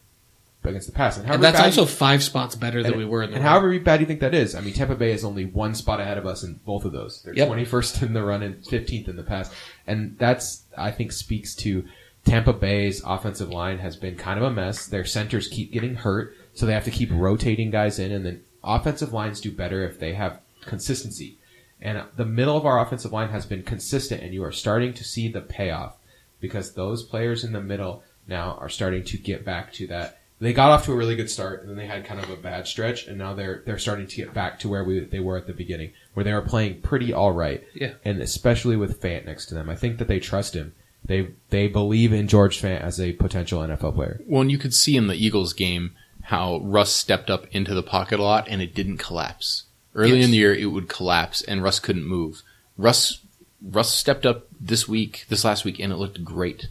S1: against the pass. however
S2: And that's
S1: bad-
S2: also five spots better than
S1: and-
S2: we were in the
S1: and
S2: run.
S1: however bad you think that is, I mean, Tampa Bay is only one spot ahead of us in both of those. They're
S2: Yep.
S1: 21st in the run and 15th in the pass. And that's, I think, speaks to Tampa Bay's offensive line has been kind of a mess. Their centers keep getting hurt, so they have to keep rotating guys in, and then offensive lines do better if they have consistency. And the middle of our offensive line has been consistent, and you are starting to see the payoff because those players in the middle now are starting to get back to that. They got off to a really good start, and then they had kind of a bad stretch, and now they're they're starting to get back to where we, they were at the beginning, where they were playing pretty all right.
S2: Yeah.
S1: and especially with Fant next to them, I think that they trust him. They they believe in George Fant as a potential NFL player.
S3: Well, and you could see in the Eagles game how Russ stepped up into the pocket a lot and it didn't collapse. Early
S2: Yes.
S3: in the year, it would collapse and Russ couldn't move. Russ Russ stepped up this week, this last week, and it looked great.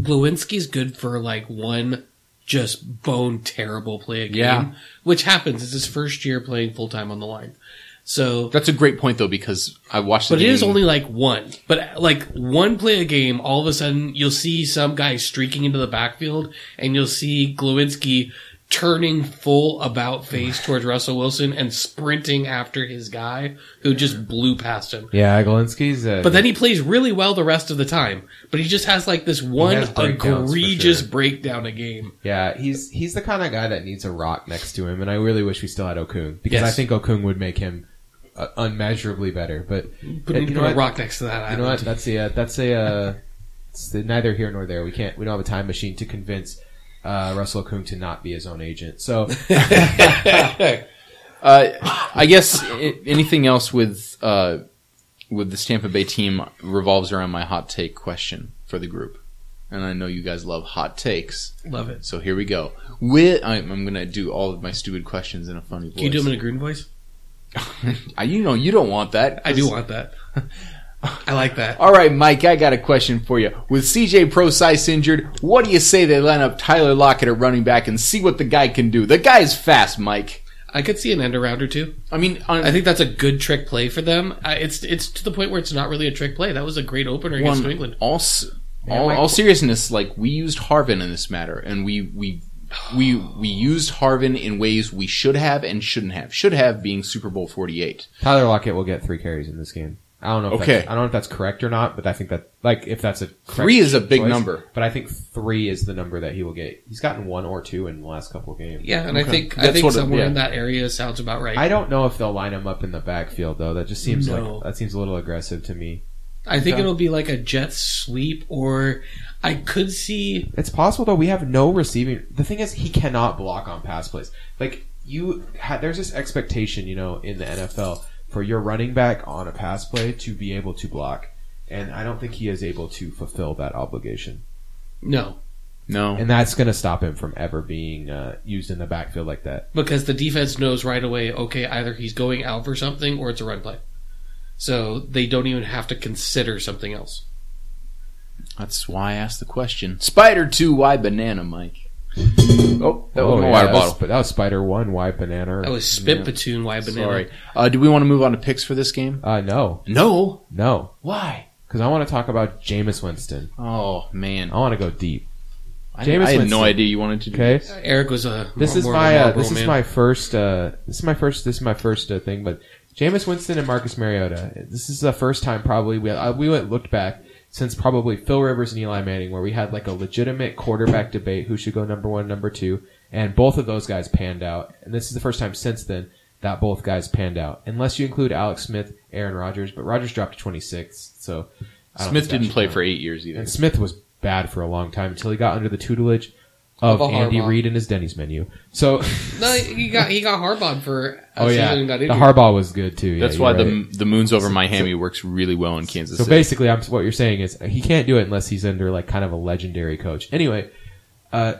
S2: Glowinski's good for like one just bone terrible play a game,
S3: Yeah.
S2: which happens. It's his first year playing full time on the line. So,
S3: That's a great point though because I watched.
S2: but
S3: the
S2: it is
S3: game-
S2: only like one. But like one play a game, all of a sudden you'll see some guy streaking into the backfield, and you'll see Glowinski turning full about face towards Russell Wilson and sprinting after his guy who just blew past him.
S1: Yeah, Galinsky's. A,
S2: But then he plays really well the rest of the time. But he just has like this one
S1: has breakdowns for
S2: egregious
S1: sure.
S2: breakdown a game.
S1: yeah, he's he's the kind of guy that needs a rock next to him, and I really wish we still had Okung because
S2: Yes.
S1: I think Okung would make him uh, unmeasurably better. But
S2: Put,
S1: Yeah,
S2: you
S1: you know
S2: a
S1: what?
S2: rock next to that.
S1: You know what? That's a uh, that's a uh, it's the, neither here nor there. We can't. We don't have a time machine to convince uh, Russell Kuhn to not be his own agent. So
S3: Uh, I guess i anything else with uh, with this Tampa Bay team revolves around my hot take question for the group, and I know you guys love hot takes,
S2: Love it.
S3: so here we go. With I'm, I'm gonna do all of my stupid questions in a funny voice.
S2: Can you do him in a green voice?
S3: I- you know you don't want that.
S2: I do want that. I like that.
S3: All right, Mike, I got a question for you. With CJ Procise injured, what do you say they line up Tyler Lockett at running back and see what the guy can do? The guy is fast, Mike.
S2: I could see an end around or two.
S3: I mean, on,
S2: I think that's a good trick play for them. I, it's it's to the point where it's not really a trick play. That was a great opener against
S3: One-
S2: New England.
S3: All, s-
S1: Yeah,
S3: all,
S1: Mike-
S3: all seriousness, like we used Harvin in this matter, and we we we we used Harvin in ways we should have and shouldn't have. Should have being Super Bowl forty eight.
S1: Tyler Lockett will get three carries in this game. I don't know. If
S3: Okay.
S1: that's, I don't know if that's correct or not, but I think that like if that's a correct
S3: Three is a big
S1: choice,
S3: number.
S1: But I think three is the number that he will get. He's gotten one or two in the last couple of games.
S2: Yeah, and I think I
S3: That's
S2: think
S3: what it-
S2: somewhere
S3: yeah.
S2: in that area sounds about right.
S1: I don't know if they'll line him up in the backfield though. That just seems
S2: No.
S1: like that seems a little aggressive to me.
S2: I think
S1: Okay.
S2: it'll be like a Jets sweep, or I could see
S1: It's possible though. We have no receiving. The thing is, he cannot block on pass plays. Like you, ha- there's this expectation, you know, in the NFL for your running back on a pass play to be able to block, and I don't think he is able to fulfill that obligation.
S2: no.
S3: No,
S1: And that's going to stop him from ever being uh, used in the backfield like that.
S2: because the defense knows right away, okay, either he's going out for something or it's a run play. So they don't even have to consider something else.
S3: that's why I asked the question. Spider two, why banana, Mike? Oh, that was my
S1: yeah,
S3: water
S1: that
S3: bottle.
S1: But that was Spider One. Why banana?
S2: That was Oh, spit platoon, why banana?
S3: Sorry. Uh, do we want to move on to picks for this game?
S1: Uh, no,
S3: No.
S1: no,
S3: Why?
S1: because I want to talk about Jameis Winston.
S3: Oh man,
S1: I want to go deep.
S3: I,
S1: Jameis
S3: I had no
S1: Winston.
S3: idea you wanted to do.
S1: Okay.
S2: Eric was a
S1: This is
S2: more of a
S1: my uh,
S2: Marlboro
S1: this is
S2: man.
S1: my first uh, this is my first this is my first uh, thing. But Jameis Winston and Marcus Mariota. This is the first time probably we uh, we went looked back since probably Phil Rivers and Eli Manning, where we had like a legitimate quarterback debate who should go number one, number two, and both of those guys panned out. And this is the first time since then that both guys panned out, unless you include Alex Smith, Aaron Rodgers. But Rodgers dropped to twenty six, so I don't
S3: Smith
S1: think that
S3: didn't
S1: should
S3: play
S1: count.
S3: for eight years either.
S1: And Smith was bad for a long time until he got under the tutelage of,
S2: Of a
S1: Andy
S2: Harbaugh.
S1: Reid and his Denny's menu. So,
S2: No, he got he got Harbaugh for a
S1: oh
S2: season
S1: yeah,
S2: and got
S1: the
S2: injured.
S1: Harbaugh was good too. Yeah,
S3: That's
S1: you're
S3: why
S1: right.
S3: the the moons over Miami works really well in Kansas
S1: So
S3: City.
S1: basically, I'm, what you're saying is he can't do it unless he's under like kind of a legendary coach. Anyway, uh,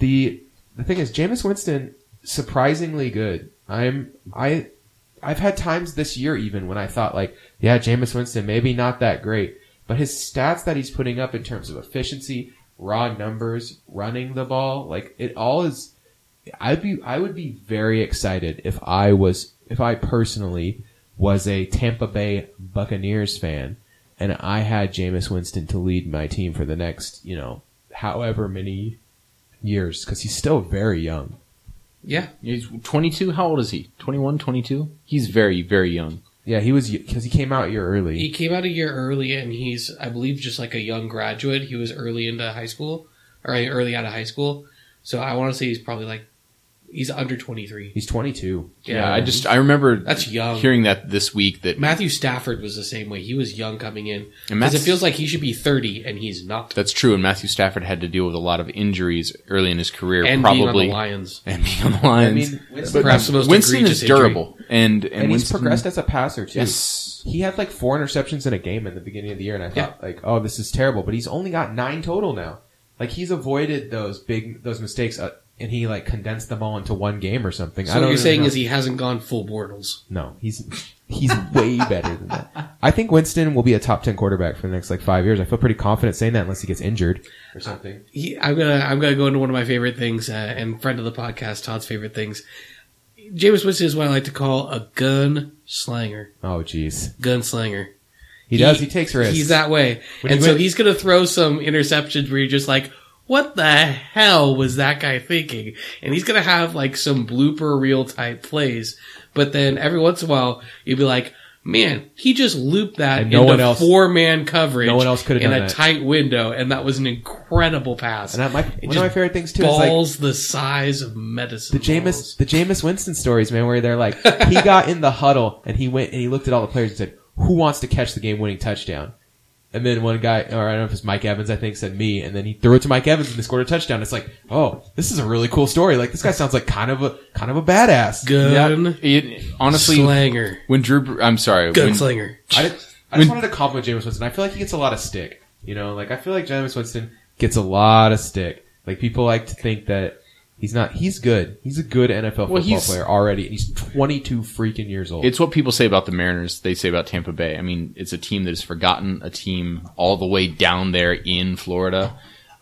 S1: the the thing is, Jameis Winston surprisingly good. I'm I I've had times this year even when I thought like, yeah, Jameis Winston maybe not that great, but his stats that he's putting up in terms of efficiency, raw numbers running the ball. Like it all is. I'd be I would be very excited if I was if I personally was a Tampa Bay Buccaneers fan and I had Jameis Winston to lead my team for the next you know however many years because he's still very young.
S2: Yeah.
S3: He's 22. How old is he? 21, 22? He's very, very young.
S1: Yeah, he was because he came out a year early.
S2: He came out a year early and he's, I believe, just like a young graduate. He was early into high school or early out of high school. So I want to say he's probably like, he's under 23.
S1: he's 22.
S3: Yeah, I just I remember
S2: That's young.
S3: hearing that this week that
S2: Matthew Stafford was the same way. He was young coming in.
S3: and
S2: Because
S3: Matthew,
S2: it feels like he should be 30 and he's not.
S3: that's true. And Matthew Stafford had to deal with a lot of injuries early in his career,
S2: And
S3: probably
S2: being on the Lions.
S3: and being on the
S1: I
S3: Lions.
S1: mean, Winston,
S3: But
S2: Perhaps the most
S3: Winston
S2: egregious
S3: is durable, and and,
S1: and, he's
S3: Winston,
S1: progressed as a passer too.
S3: Yes,
S1: He had like four interceptions in a game in the beginning of the year, and I
S2: Yeah.
S1: thought like, oh, this is terrible. But he's only got nine total now. Like he's avoided those big those mistakes, uh, and he like condensed them all into one game or something.
S2: So
S1: I don't
S2: what you're
S1: even
S2: saying
S1: know.
S2: is he hasn't gone full Bortles.
S1: no, he's he's way better than that. I think Winston will be a top ten quarterback for the next like five years. I feel pretty confident saying that unless he gets injured or something.
S2: He, I'm gonna I'm gonna go into one of my favorite things uh, and friend of the podcast Todd's favorite things. James Winston is what I like to call a gun slanger.
S1: Oh, jeez,
S2: Gun slanger.
S1: he, does. He takes risks.
S2: He's that way,
S1: When
S2: and
S1: he
S2: so
S1: went-
S2: he's gonna throw some interceptions where you're just like, "What the hell was that guy thinking?" And he's gonna have like some blooper reel type plays, but then every once in a while you'll be like. Man, he just looped that
S1: And no one
S2: into
S1: else-
S2: four man coverage
S1: no one else could have
S2: in
S1: done
S2: a
S1: that.
S2: tight window, and that was an incredible pass.
S1: and that, my,
S2: It
S1: one
S2: just
S1: of my favorite things too is like
S2: balls the size of medicine.
S1: The Jameis,
S2: balls.
S1: the Jameis Winston stories, man, where they're like, he got in the huddle and he went and he looked at all the players and said, "Who wants to catch the game-winning touchdown?" And then one guy, or I don't know if it's Mike Evans, I think, said me, and then he threw it to Mike Evans and they scored a touchdown. It's like, oh, this is a really cool story. Like this guy sounds like kind of a kind of a badass.
S2: gun
S3: It- honestly,
S2: slanger,
S3: when Drew, Br- I'm sorry, when,
S2: gunslinger.
S1: I, did, I just wanted to compliment Jameis Winston. I feel like he gets a lot of stick. You know, like I feel like Jameis Winston gets a lot of stick. Like people like to think that he's not. He's good. He's a good NFL football
S3: he's-
S1: player already, and he's 22 freaking years old.
S3: it's what people say about the Mariners. They say about Tampa Bay. I mean, it's a team that is forgotten, a team all the way down there in Florida.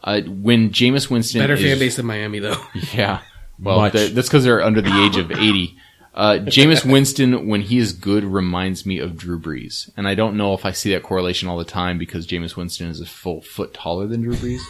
S3: Uh, when Jameis Winston
S2: Better
S3: is,
S2: fan base than Miami, though.
S3: Yeah. Well,
S1: Much.
S3: th- that's because they're under the age of 80. Uh, Jameis Winston, when he is good, reminds me of Drew Brees. And I don't know if I see that correlation all the time because Jameis Winston is a full foot taller than Drew Brees.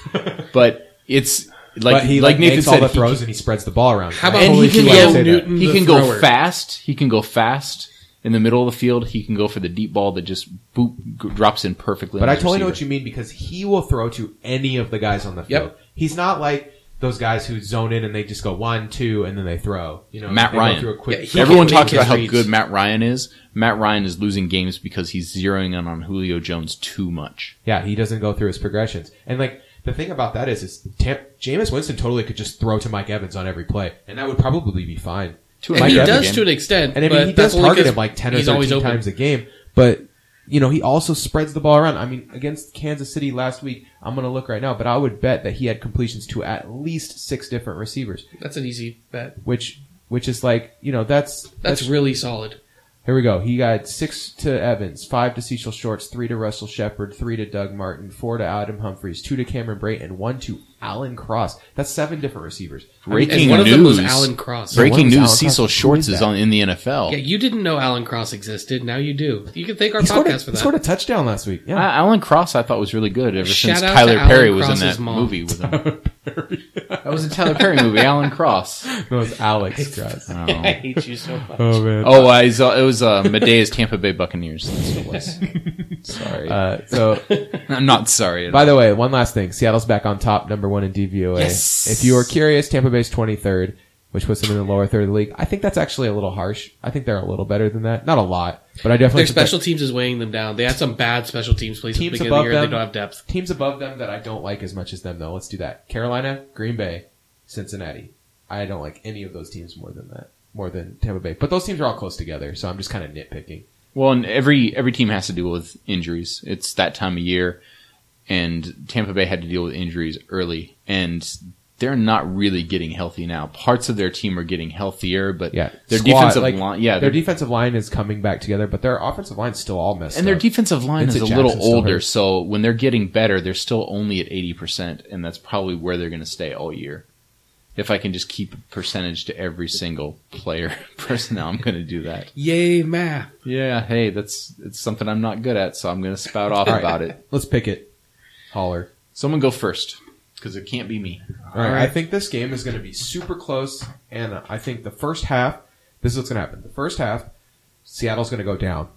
S3: but it's like,
S1: but he
S3: like,
S1: like,
S3: Nathan
S1: makes
S3: said,
S1: all the
S3: he-
S1: throws and he spreads the ball around.
S2: How
S1: right?
S2: about
S3: and
S2: Holy
S3: he can
S2: shit,
S3: go,
S2: I say that.
S3: he
S2: the
S3: can go
S2: thrower.
S3: fast. He can go fast in the middle of the field. He can go for the deep ball that just boop, g- drops in perfectly.
S1: But
S3: on
S1: I
S3: the
S1: totally know
S3: receiver.
S1: what you mean because he will throw to any of the guys on the
S2: Yep.
S1: field. He's not like those guys who zone in and they just go one, two, and then they throw. You know,
S3: Matt
S1: they go
S3: Ryan.
S1: through a quick-
S2: Yeah, he-
S3: Everyone
S2: can
S3: talks
S2: make
S3: about
S2: his
S3: how
S2: reads.
S3: good Matt Ryan is. Matt Ryan is losing games because he's zeroing in on Julio Jones too much.
S1: yeah, he doesn't go through his progressions. And like the thing about that is, is Tam- Jameis Winston totally could just throw to Mike Evans on every play, and that would probably be fine.
S3: Two
S2: And
S1: Mike
S2: he
S1: Evans
S2: does
S3: game.
S2: to an extent,
S1: And I mean,
S2: but
S1: he does
S2: that's only
S1: target
S2: 'cause
S1: him like ten or
S2: he's always
S1: thirteen
S2: open.
S1: times a game, but you know he also spreads the ball around. I mean, against Kansas City last week, I'm going to look right now, but I would bet that he had completions to at least six different receivers,
S2: That's an easy bet.
S1: which which is like you know that's
S2: That's really solid.
S1: here we go. He got six to Evans, five to Cecil Shorts, three to Russell Shepard, three to Doug Martin, four to Adam Humphries, two to Cameron Brayton, one to Alan Cross. That's seven different receivers. I mean,
S3: Breaking
S2: And one
S3: news.
S2: of them was Alan Cross.
S1: one
S3: Breaking
S1: was
S3: news:
S1: Alan
S3: Cecil
S1: Cross. Who
S3: Shorts
S1: is
S3: is
S1: that?
S3: on in the NFL.
S2: Yeah, you didn't know Alan Cross existed. Now you do. You can thank our
S1: he scored, a,
S2: podcast for
S1: he scored
S2: that.
S1: a touchdown last week.
S3: Uh,
S1: Yeah.
S3: Alan Cross, I thought was really good ever
S2: Shout
S3: since
S2: out to
S3: Tyler
S2: Alan
S3: Perry was in
S2: Cross's
S3: that
S2: mom.
S3: movie with him. that was a Tyler Perry movie. Alan Cross.
S1: No, it was Alex Cross.
S2: I hate you so much.
S1: Oh man.
S3: Oh, I saw, it was uh, Medea's Tampa Bay Buccaneers. That's what it was. Sorry,
S1: Uh, so,
S3: I'm not sorry. At
S1: by the way, one last thing. Seattle's back on top, number one in DVOA.
S3: Yes.
S1: If you are curious, Tampa Bay's 23rd, which puts them in the lower third of the league. I think that's actually a little harsh. I think they're a little better than that. Not a lot, but I definitely
S2: Their
S1: think that-
S2: special teams is weighing them down. They had some bad special teams plays at the
S1: Teams
S2: beginning of the
S1: above
S2: year. They
S1: them.
S2: don't have depth.
S1: teams above them that I don't like as much as them though. Let's do that. Carolina, Green Bay, Cincinnati. I don't like any of those teams more than that. More than Tampa Bay. But those teams are all close together, so I'm just kind of nitpicking.
S3: Well, and every every team has to deal with injuries. It's that time of year, and Tampa Bay had to deal with injuries early, and they're not really getting healthy now. Parts of their team are getting healthier, but
S1: Yeah,
S3: their
S1: Squad,
S3: defensive
S1: like,
S3: line, yeah,
S1: their
S3: their-
S1: defensive line is coming back together, but their offensive line's still all messed
S3: and their
S1: up.
S3: defensive line
S1: Vincent
S3: is a little
S1: Jackson still
S3: older.
S1: hurt.
S3: So when they're getting better, they're still only at eighty percent, and that's probably where they're going to stay all year. If I can just keep a percentage to every single player personnel, I'm going to do that.
S2: Yay, math.
S3: Yeah, hey, that's it's something I'm not good at, so I'm going to spout off
S1: All right.
S3: about it.
S1: Let's pick it. Holler.
S3: Someone go first because it can't be me.
S1: All right,
S2: All right.
S1: I think this game is going to be super close, and I think the first half, this is what's going to happen. The first half, Seattle's going to go down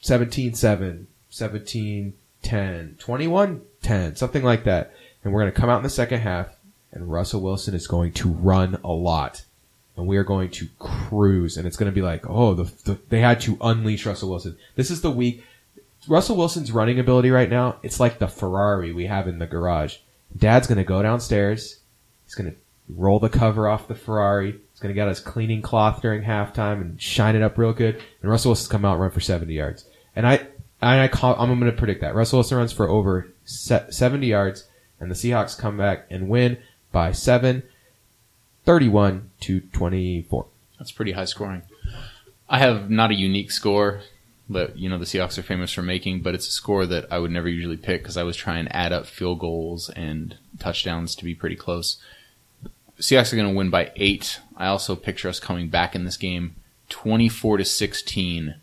S1: 17 7, 17 10, 21 10, something like that. And we're going to come out in the second half, and Russell Wilson is going to run a lot. And we are going to cruise, and it's going to be like, oh, the, the, they had to unleash Russell Wilson. This is the week. Russell Wilson's running ability right now, it's like the Ferrari we have in the garage. Dad's going to go downstairs. He's going to roll the cover off the Ferrari. He's going to get his cleaning cloth during halftime and shine it up real good. And Russell Wilson's come out and run for 70 yards. And I, and I call, I'm going to predict that. Russell Wilson runs for over se- 70 yards and the Seahawks come back and win by seven, 31 to 24.
S3: That's pretty high scoring. I have not a unique score that you know the Seahawks are famous for making, but it's a score that I would never usually pick because I was trying to add up field goals and touchdowns to be pretty close. Seahawks are going to win by eight. I also picture us coming back in this game, twenty-four to sixteen,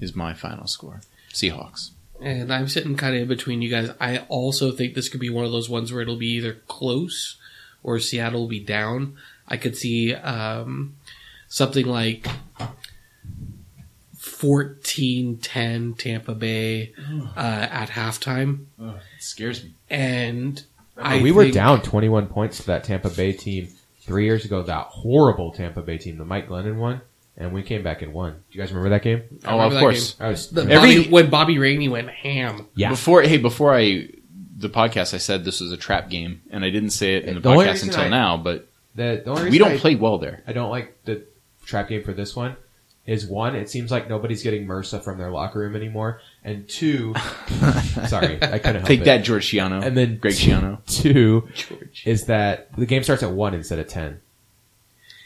S3: is my final score. Seahawks.
S2: And I'm sitting kind of in between you guys. I also think this could be one of those ones where it'll be either close or Seattle will be down. I could see um, something like 14 10 Tampa Bay uh, at halftime.
S3: it scares me.
S2: And I
S1: we were
S2: think-
S1: down 21 points to that Tampa Bay team three years ago, that horrible Tampa Bay team, the Mike Glennon one. And we came back and won. Do you guys remember that game?
S2: I
S3: Oh,
S2: remember
S3: of
S2: that
S3: course.
S1: I was
S2: The
S3: Every-
S2: Bobby, when Bobby Rainey went ham.
S1: Yeah.
S3: Before hey, before I the podcast, I said this was a trap game, and I didn't say it in the,
S1: The only
S3: podcast
S1: reason
S3: until
S1: I-
S3: now. But
S1: The, the only
S3: we
S1: reason
S3: don't
S1: I-
S3: play well there.
S1: I don't like the trap game for this one is one, it seems like nobody's getting MRSA from their locker room anymore. And two, sorry, I couldn't help
S3: Take
S1: it.
S3: that, George Shiano.
S1: And then
S3: Greg Schiano.
S1: Two
S3: George.
S1: is that the game starts at one instead of ten.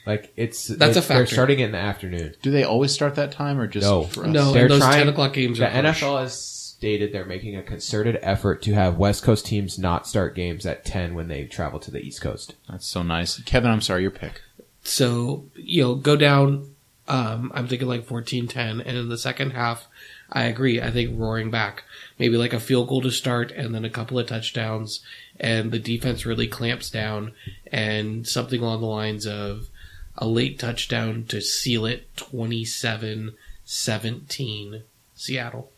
S1: Like it's
S2: That's a
S1: it- They're
S2: factor.
S1: starting it in the afternoon.
S3: Do they always start that time or just
S1: No.
S3: for us?
S2: No,
S1: They're
S2: and those
S1: trying-
S2: 10 o'clock games
S1: The
S2: are harsh.
S1: NFL has stated they're making a concerted effort to have West Coast teams not start games at ten when they travel to the East Coast.
S3: That's so nice. Kevin, I'm sorry, your pick.
S2: So, you know, go down. Um, I'm thinking like 14 10. And in the second half, I agree. I think roaring back. Maybe like a field goal to start and then a couple of touchdowns. And the defense really clamps down and something along the lines of a late touchdown to seal it 27 17 Seattle.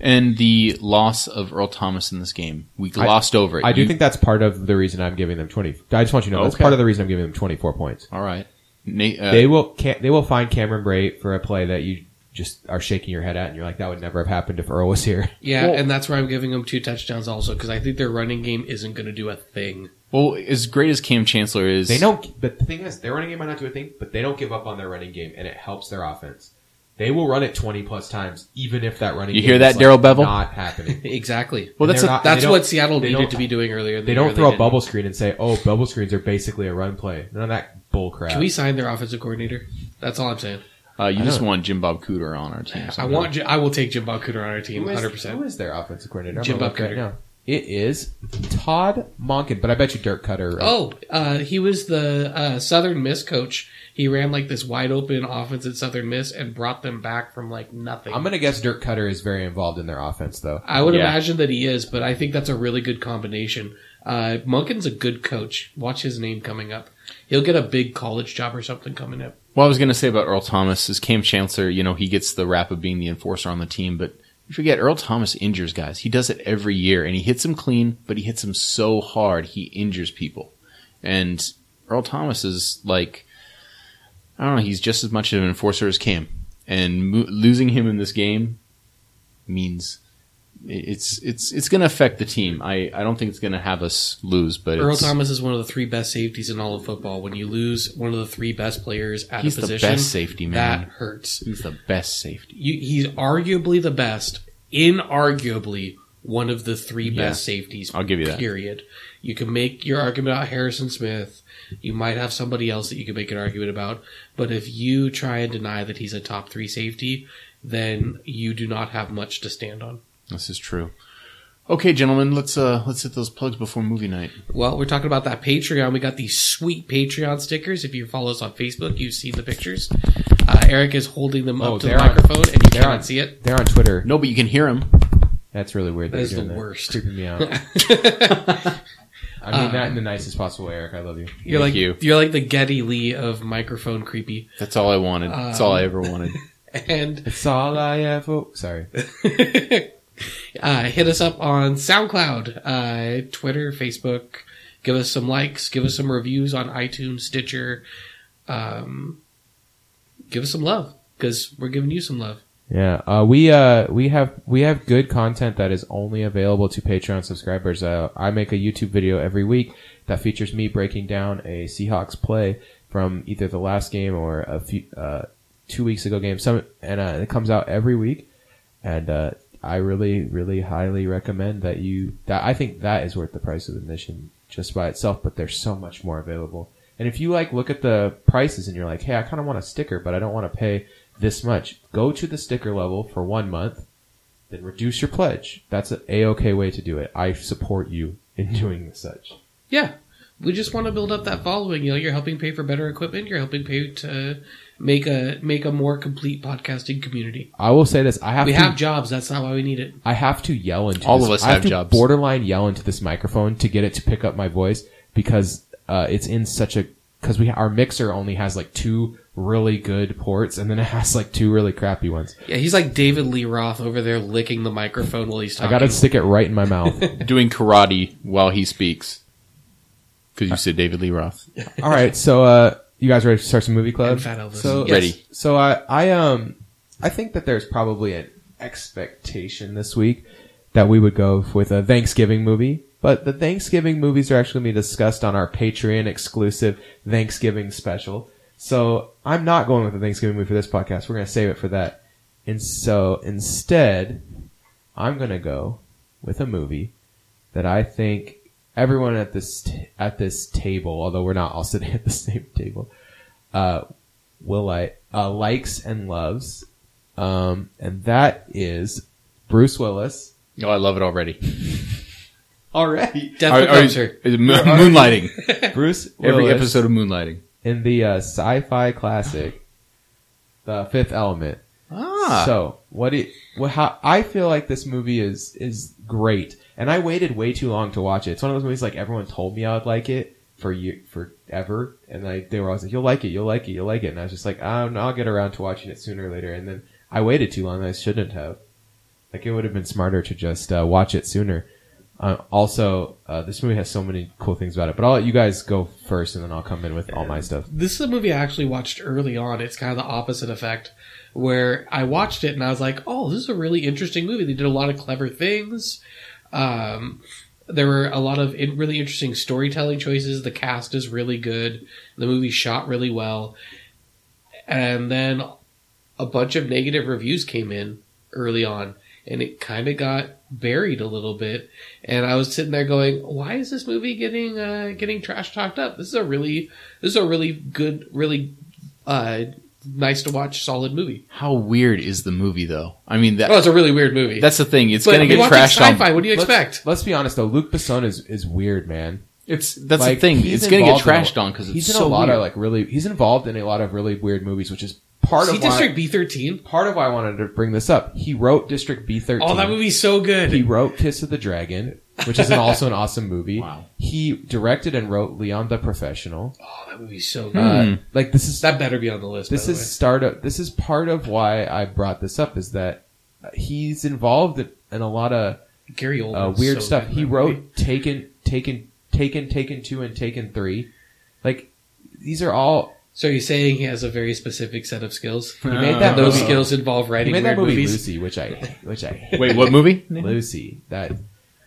S3: And the loss of Earl Thomas in this game. We glossed over it.
S1: I do
S3: You-
S1: think that's part of the reason I'm giving them twenty. I just want you to know that's
S3: Okay.
S1: part of the reason I'm giving them twenty four points.
S3: All right. Nate, uh,
S1: they will can, they will find Cameron Bray for a play that you just are shaking your head at, and you're like, that would never have happened if Earl was here.
S2: Yeah,
S3: Well-
S2: and that's where I'm giving them two touchdowns also because I think their running game isn't going to do a thing.
S3: well, as great as Cam Chancellor is,
S1: They don't. But the thing is, their running game might not do a thing, but they don't give up on their running game, and it helps their offense. They will run it 20 plus times, even if that running.
S3: You
S1: game
S3: hear
S1: is,
S3: that, Darryl Bevell?
S1: Not happening.
S2: Exactly.
S3: Well,
S1: And
S3: that's
S1: they're
S3: a-
S1: not-
S2: That's
S1: they don't-
S2: what Seattle
S1: they
S2: needed
S1: don't-
S2: to be doing earlier. In the
S1: They
S2: year.
S1: don't throw a
S2: didn't.
S1: bubble screen and say, "Oh, bubble screens are basically a run play." None of that bull crap.
S2: Can we sign their offensive coordinator? That's all I'm saying.
S3: uh, you
S1: I
S3: just
S1: don't-
S3: want Jim Bob Cooter on our team.
S2: I
S3: somehow.
S2: want. J- I will take Jim Bob Cooter on our team,
S1: Who is-
S2: 100.
S1: Who
S2: percent
S1: is their offensive coordinator? I'm
S2: Jim
S1: gonna look
S2: Bob
S1: right
S2: Cutter.
S1: now. It is Todd Monken, but I bet you Dirk Cutter.
S2: Oh, uh, he was the uh, Southern Miss coach. He ran like this wide open offense at Southern Miss and brought them back from like nothing.
S1: I'm gonna guess Dirk Cutter is very involved in their offense, though.
S2: I would
S3: Yeah.
S2: imagine that he is, but I think that's a really good combination. Uh, Munkin's a good coach. Watch his name coming up. He'll get a big college job or something coming up.
S3: What I was going to say about Earl Thomas is Cam Chancellor, you know, he gets the rap of being the enforcer on the team, but you forget Earl Thomas injures guys. He does it every year and he hits them clean, but he hits them so hard he injures people. And Earl Thomas is like, I don't know, he's just as much of an enforcer as Cam. And mo- losing him in this game means it- it's it's it's going to affect the team. I, I don't think it's going to have us lose, but
S2: Earl
S3: it's,
S2: Thomas is one of the three best safeties in all of football. When you lose one of the three best players at
S3: he's
S2: a
S3: the
S2: position,
S3: best safety man.
S2: that hurts.
S3: He's the best safety.
S2: you, he's arguably the best, inarguably one of the three
S3: Yeah.
S2: best safeties.
S3: I'll give you that.
S2: Period. You can make your argument about Harrison Smith. You might have somebody else that you can make an argument about. But if you try and deny that he's a top three safety, then you do not have much to stand on.
S3: This is true. Okay, gentlemen, let's uh let's hit those plugs before movie night.
S2: Well, we're talking about that Patreon. We got these sweet Patreon stickers. If you follow us on Facebook, you've seen the pictures. Uh, Eric is holding them
S1: Oh,
S2: up to the
S1: they're on-
S2: microphone, and you
S1: they're
S2: cannot
S1: on.
S2: see it.
S1: They're on Twitter.
S3: No, but you can hear him.
S1: That's really weird.
S2: That
S1: you're
S2: is the
S1: doing
S2: worst.
S1: Creeping me out. I mean, not in the nicest possible way, Eric. I love you.
S2: You're
S3: Thank
S2: like
S3: you.
S2: you. are like the Getty Lee of microphone creepy,
S3: That's all I wanted. That's all I ever wanted.
S2: and
S1: It's all I ever. Sorry.
S2: uh, hit us up on SoundCloud, uh, Twitter, Facebook. Give us some likes. Give us some reviews on iTunes, Stitcher. Um, give us some love because we're giving you some love.
S1: Yeah, uh, we uh, we have we have good content that is only available to Patreon subscribers. Uh, I make a YouTube video every week that features me breaking down a Seahawks play from either the last game or a few uh, two weeks ago game. Some and uh, it comes out every week, and uh, I really really highly recommend that you that I think that is worth the price of admission just by itself. But there's so much more available. And if you like look at the prices and you're like, hey, I kind of want a sticker, but I don't want to pay this much. Go to the sticker level for one month, then reduce your pledge. That's a a okay way to do it. I support you in doing such.
S2: Yeah, we just want to build up that following. You know, you're helping pay for better equipment. You're helping pay to make a make a more complete podcasting community.
S1: I will say this: I have
S2: We
S1: to,
S2: have jobs. That's not why we need it.
S1: I have to yell into
S3: All
S1: this-
S3: of us
S1: I have,
S3: have
S1: to
S3: jobs.
S1: Borderline yell into this microphone to get it to pick up my voice because uh, it's in such a because we our mixer only has like two really good ports and then it has like two really crappy ones.
S2: Yeah, he's like David Lee Roth over there licking the microphone while he's
S1: I
S2: talking.
S1: gotta stick it right in my mouth.
S3: Doing karate while he speaks. Because you said David Lee Roth.
S1: All right, so uh, you guys ready to start some movie club?
S2: And Fat Elvis.
S1: So,
S2: Yes.
S3: Ready.
S1: So I, I um, I think that there's probably an expectation this week that we would go with a Thanksgiving movie, but the Thanksgiving movies are actually going to be discussed on our Patreon exclusive Thanksgiving special. So I'm not going with a Thanksgiving movie for this podcast. We're going to save it for that. And so instead, I'm going to go with a movie that I think everyone at this t- at this table, although we're not all sitting at the same table, uh, will like uh, likes and loves, um, and that is Bruce Willis
S3: Oh, I love it already.
S1: already.
S2: Death
S3: Are- are-
S2: becomes her.
S3: is it moon- moonlighting.
S1: Bruce Willis
S3: Every episode of Moonlighting.
S1: in the uh, sci-fi classic, The Fifth Element.
S3: Ah.
S1: So what it what how I feel like this movie is is great, and I waited way too long to watch it. It's one of those movies like everyone told me I would like it for you forever, and I they were always like, "You'll like it, you'll like it, you'll like it," and I was just like, "Um, I'll get around to watching it sooner or later." And then I waited too long. I shouldn't have. Like it would have been smarter to just uh, watch it sooner. Uh, also, uh, this movie has so many cool things about it, but I'll let you guys go first, and then I'll come in with all my stuff.
S2: This is a movie I actually watched early on. It's kind of the opposite effect, where I watched it and I was like, "Oh, this is a really interesting movie. They did a lot of clever things. Um, there were a lot of in- really interesting storytelling choices. The cast is really good. The movie shot really well." And then a bunch of negative reviews came in early on, and it kind of got buried a little bit. And I was sitting there going, "Why is this movie getting uh, getting trash talked up? This is a really this is a really good, really uh, nice to watch, solid movie.
S3: How weird is the movie, though? I mean, that
S2: Oh, it's a really weird movie.
S3: that's the thing. It's
S2: but
S3: going to
S2: we
S3: get
S2: watch it
S3: trashed on.
S2: sci-fi. What do you
S1: Let's-
S2: expect?
S1: Let's be honest though, Luke Besson is is weird, man.
S3: It's that's
S1: Like,
S3: the thing.
S1: he's
S3: It's going to get
S1: involved in a-
S3: trashed on because it's
S1: he's in a
S3: so
S1: lot
S3: weird.
S1: of like really he's involved in a lot of really weird movies, which is part
S2: See
S1: of why
S2: District B thirteen.
S1: part of why I wanted to bring this up. He wrote District B thirteen.
S2: Oh, that movie's so good.
S1: He wrote Kiss of the Dragon, which is an, also an awesome movie.
S3: Wow.
S1: He directed and wrote Leon the Professional.
S2: oh, that movie's so
S3: Hmm.
S2: good.
S1: Uh, like this is
S2: That better be on the list.
S1: this
S2: by
S1: is startup. This is part of why I brought this up is that he's involved in, in a lot of
S2: the way. Gary
S1: uh,
S2: Oldman.
S1: weird stuff. He wrote Taken, Taken, Taken, Taken Two, and Taken Three. Like these are all
S2: So you're saying he has a very specific set of skills?
S1: He made that
S2: And those
S1: movie.
S2: skills involve
S1: He
S2: writing
S1: made
S2: weird
S1: that movie
S2: movies.
S1: Lucy, which I which I hate.
S3: Wait, what movie?
S1: Lucy that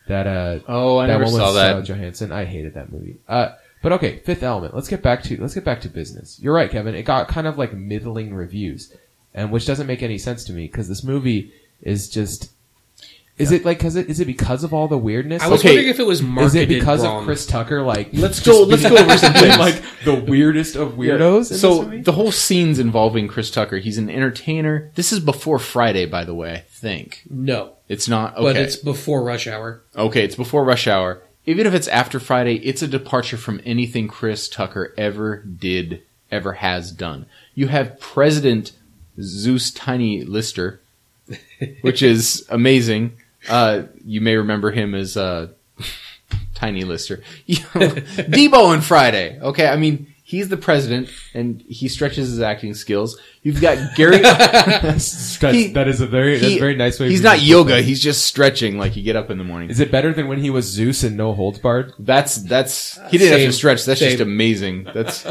S1: that uh
S3: Oh, I
S1: that
S3: never
S1: one
S3: saw
S1: with Scarlett
S3: that.
S1: Johansson. I hated that movie. Uh, but okay, Fifth Element. Let's get back to let's get back to business. You're right, Kevin. It got kind of like middling reviews, and which doesn't make any sense to me because this movie is just Is it like because it is it because of all the weirdness?
S2: I was
S1: Like,
S3: Okay.
S2: wondering if it was
S1: is
S2: marketed
S1: it because
S2: wrong.
S1: of Chris Tucker? Like
S3: Let's go. Let's go over some
S1: being
S3: things.
S1: like the weirdest of weirdos. in
S3: so
S1: this movie?
S3: the whole scene's involving Chris Tucker. He's an entertainer. This is before Friday, by the way. I think
S2: No,
S3: it's not. Okay.
S2: but it's before rush hour.
S3: Okay, it's before rush hour. Even if it's after Friday, it's a departure from anything Chris Tucker ever did, ever has done. You have President Zeus Tiny Lister, which is amazing. Uh, you may remember him as uh, Tiny Lister. You know, Debo and Friday. Okay, I mean, he's the president and he stretches his acting skills. You've got Gary.
S1: That's,
S3: he-
S1: that is a very that's
S3: he-
S1: a very nice way. of
S3: He's
S1: using
S3: not
S1: it.
S3: yoga, he's just stretching like you get up in the morning.
S1: Is it better than when he was Zeus and No Holds Barred?
S3: That's that's he didn't have
S2: Uh, Same.
S3: to stretch. That's just
S2: Same.
S3: amazing. That's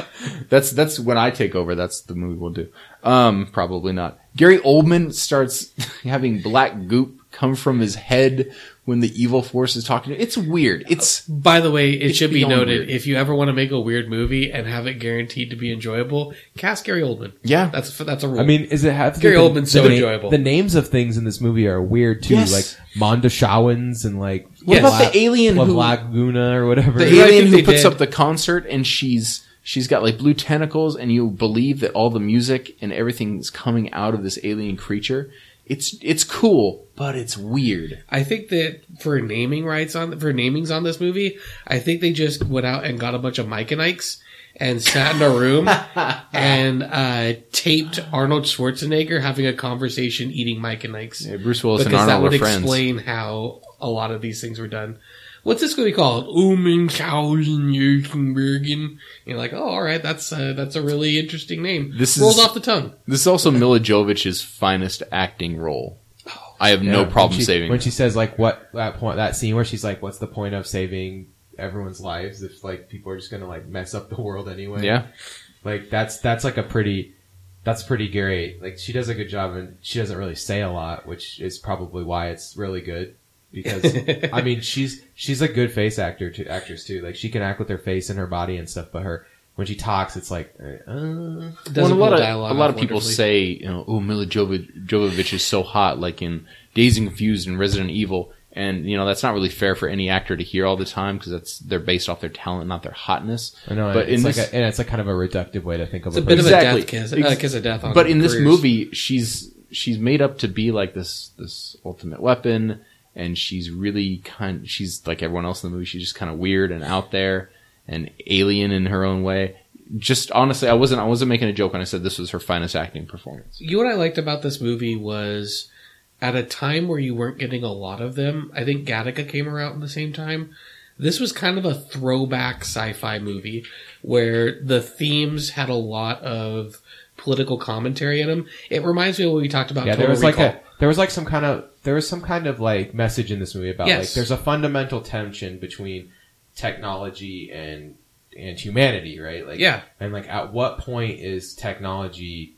S3: that's that's when I take over. That's the movie we'll do. Um, probably not. Gary Oldman starts having black goop come from his head when the evil force is talking to him. It's weird. It's
S2: By the way, it
S3: It's
S2: should be
S3: beyond
S2: noted
S3: weird.
S2: if you ever want to make a weird movie and have it guaranteed to be enjoyable, cast Gary Oldman.
S3: Yeah.
S2: that's that's a rule.
S1: I mean, is it have
S2: Gary
S1: the-
S2: Oldman's so
S1: the na-
S2: enjoyable.
S1: The names of things in this movie are weird too,
S3: Yes.
S1: like Mondashawans and like
S3: What about
S1: Pla-
S3: the alien who-
S1: Plavlaguna or whatever.
S3: the
S2: I
S3: alien
S2: think
S3: who
S2: they
S3: puts
S2: did.
S3: up the concert and she's she's got like blue tentacles and you believe that all the music and everything's coming out of this alien creature. It's it's cool, but it's weird.
S2: I think that for naming rights on for namings on this movie, I think they just went out and got a bunch of Mike and Ikes and sat in a room and uh, taped Arnold Schwarzenegger having a conversation eating Mike and Ikes
S3: Yeah, Bruce Willis
S2: because
S3: and
S2: that
S3: Arnold
S2: would
S3: are friends.
S2: explain how a lot of these things were done. What's this going to be called? Omenshausen Jürgenbergen. You're like, oh, all right, that's uh, that's a really interesting name.
S3: This is-
S2: rolled off the tongue.
S3: This is also Mila Jovovich's finest acting role. I have
S1: Yeah,
S3: no
S1: when
S3: problem
S1: she-
S3: saving.
S1: when she says like what that point that scene where she's like, "What's the point of saving everyone's lives if like people are just gonna like mess up the world anyway?"
S3: yeah,
S1: like that's that's like a pretty that's pretty great. Like she does a good job, and she doesn't really say a lot, which is probably why it's really good. Because I mean, she's she's a good face actor to actress too. Like she can act with her face and her body and stuff, but her when she talks, it's like uh, uh,
S3: well,
S2: Doesn't
S3: a lot
S2: pull
S3: of
S2: dialogue
S3: a lot
S2: off
S3: of people
S2: wonderfully.
S3: say, you know, oh, Mila Jovo- Jovovich is so hot, like in Days and Confused and Resident Evil, and you know that's not really fair for any actor to hear all the time because that's they're based off their talent, not their hotness.
S1: I know.
S3: But
S1: But
S3: in
S1: it's like
S3: this-
S1: a, and it's like kind of a reductive way to think of
S2: It's a
S1: a
S2: bit
S1: person.
S2: of a
S3: Exactly.
S2: death kiss,
S3: Ex-
S2: uh, kiss of death. On
S3: but in this
S2: careers.
S3: movie, she's she's made up to be like this this ultimate weapon, and she's really kind. She's like everyone else in the movie. She's just kind of weird and out there and alien in her own way. Just honestly, I wasn't I wasn't making a joke when I said this was her finest acting performance.
S2: you know what I liked about this movie was at a time where you weren't getting a lot of them. I think Gattaca came around at the same time. This was kind of a throwback sci-fi movie where the themes had a lot of political commentary in them. It reminds me of what we talked about.
S1: yeah, there
S2: Total
S1: was like a
S2: Recall.
S1: there was like some kind of there was some kind of like message in this movie about
S2: Yes.
S1: like there's a fundamental tension between technology and and humanity, right? Like
S2: yeah,
S1: and like at what point is technology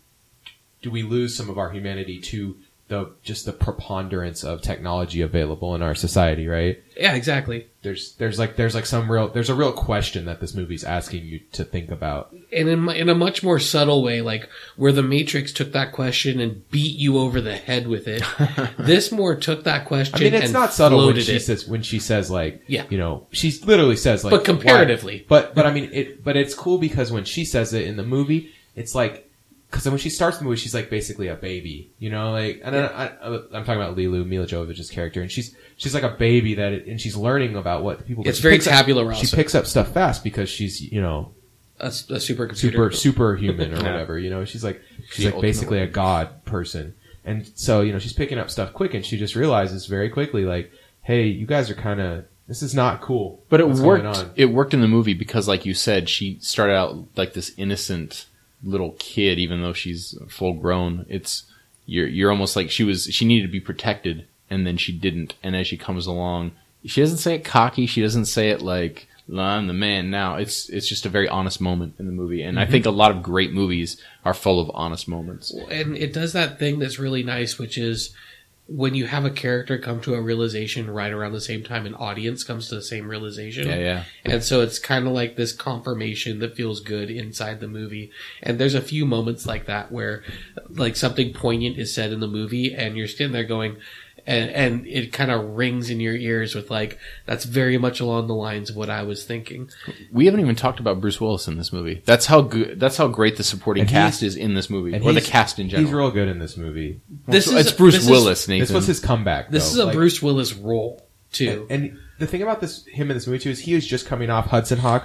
S1: do we lose some of our humanity to the just the preponderance of technology available in our society right
S2: yeah, exactly.
S1: there's there's like there's like some real there's a real question that this movie's asking you to think about
S2: And in mu- in a much more subtle way, like where the Matrix took that question and beat you over the head with it. this more took that question.
S1: i mean it's
S2: and
S1: not subtle when
S2: floated
S1: she
S2: it.
S1: says when she says like
S2: Yeah.
S1: you know she literally says like
S2: but
S1: why-
S2: comparatively.
S1: But but I mean it. But it's cool because when she says it in the movie, it's like because when she starts the movie, she's like basically a baby, you know, like and I, I, I'm talking about Lilu Mila Jovovich's character, and she's she's like a baby that it, and she's learning about what people.
S2: It's
S1: she
S2: very
S1: picks up-
S2: tabula rasa.
S1: She picks up stuff fast because she's you know
S2: a, s- a supercomputer.
S1: super superhuman or
S3: Yeah.
S1: whatever. You know, she's like
S3: The
S1: she's like
S3: ultimate
S1: basically a god person, and so you know she's picking up stuff quick, and she just realizes very quickly like, hey, you guys are kind of this is not cool.
S3: But it
S1: What's going
S3: worked.
S1: on?
S3: It worked in the movie because, like you said, she started out like this innocent little kid, even though she's full grown. It's you're you're almost like she was. She needed to be protected, and then she didn't. And as she comes along, she doesn't say it cocky. She doesn't say it like "Well, I'm the man now. It's it's just a very honest moment in the movie, and I
S1: Mm-hmm.
S3: think a lot of great movies are full of honest moments.
S2: and it does that thing that's really nice, which is when you have a character come to a realization right around the same time an audience comes to the same realization.
S3: Yeah, yeah.
S2: And so it's kind of like this confirmation that feels good inside the movie. And there's a few moments like that where like something poignant is said in the movie and you're sitting there going, and and it kind of rings in your ears with like that's very much along the lines of what I was thinking.
S3: We haven't even talked about Bruce Willis in this movie. That's how good. That's how great the supporting
S1: And
S3: cast is in this movie,
S1: and
S3: or the
S1: he's-
S3: cast in
S1: He's
S3: general.
S1: real good in this movie.
S2: This
S3: Well,
S2: is-
S3: it's Bruce
S2: this is-
S3: Willis. Nathan.
S1: This was his comeback.
S2: This
S1: though.
S2: is a
S1: Like,
S2: Bruce Willis role too.
S1: And, and the thing about this, him in this movie too, is he was just coming off Hudson Hawk,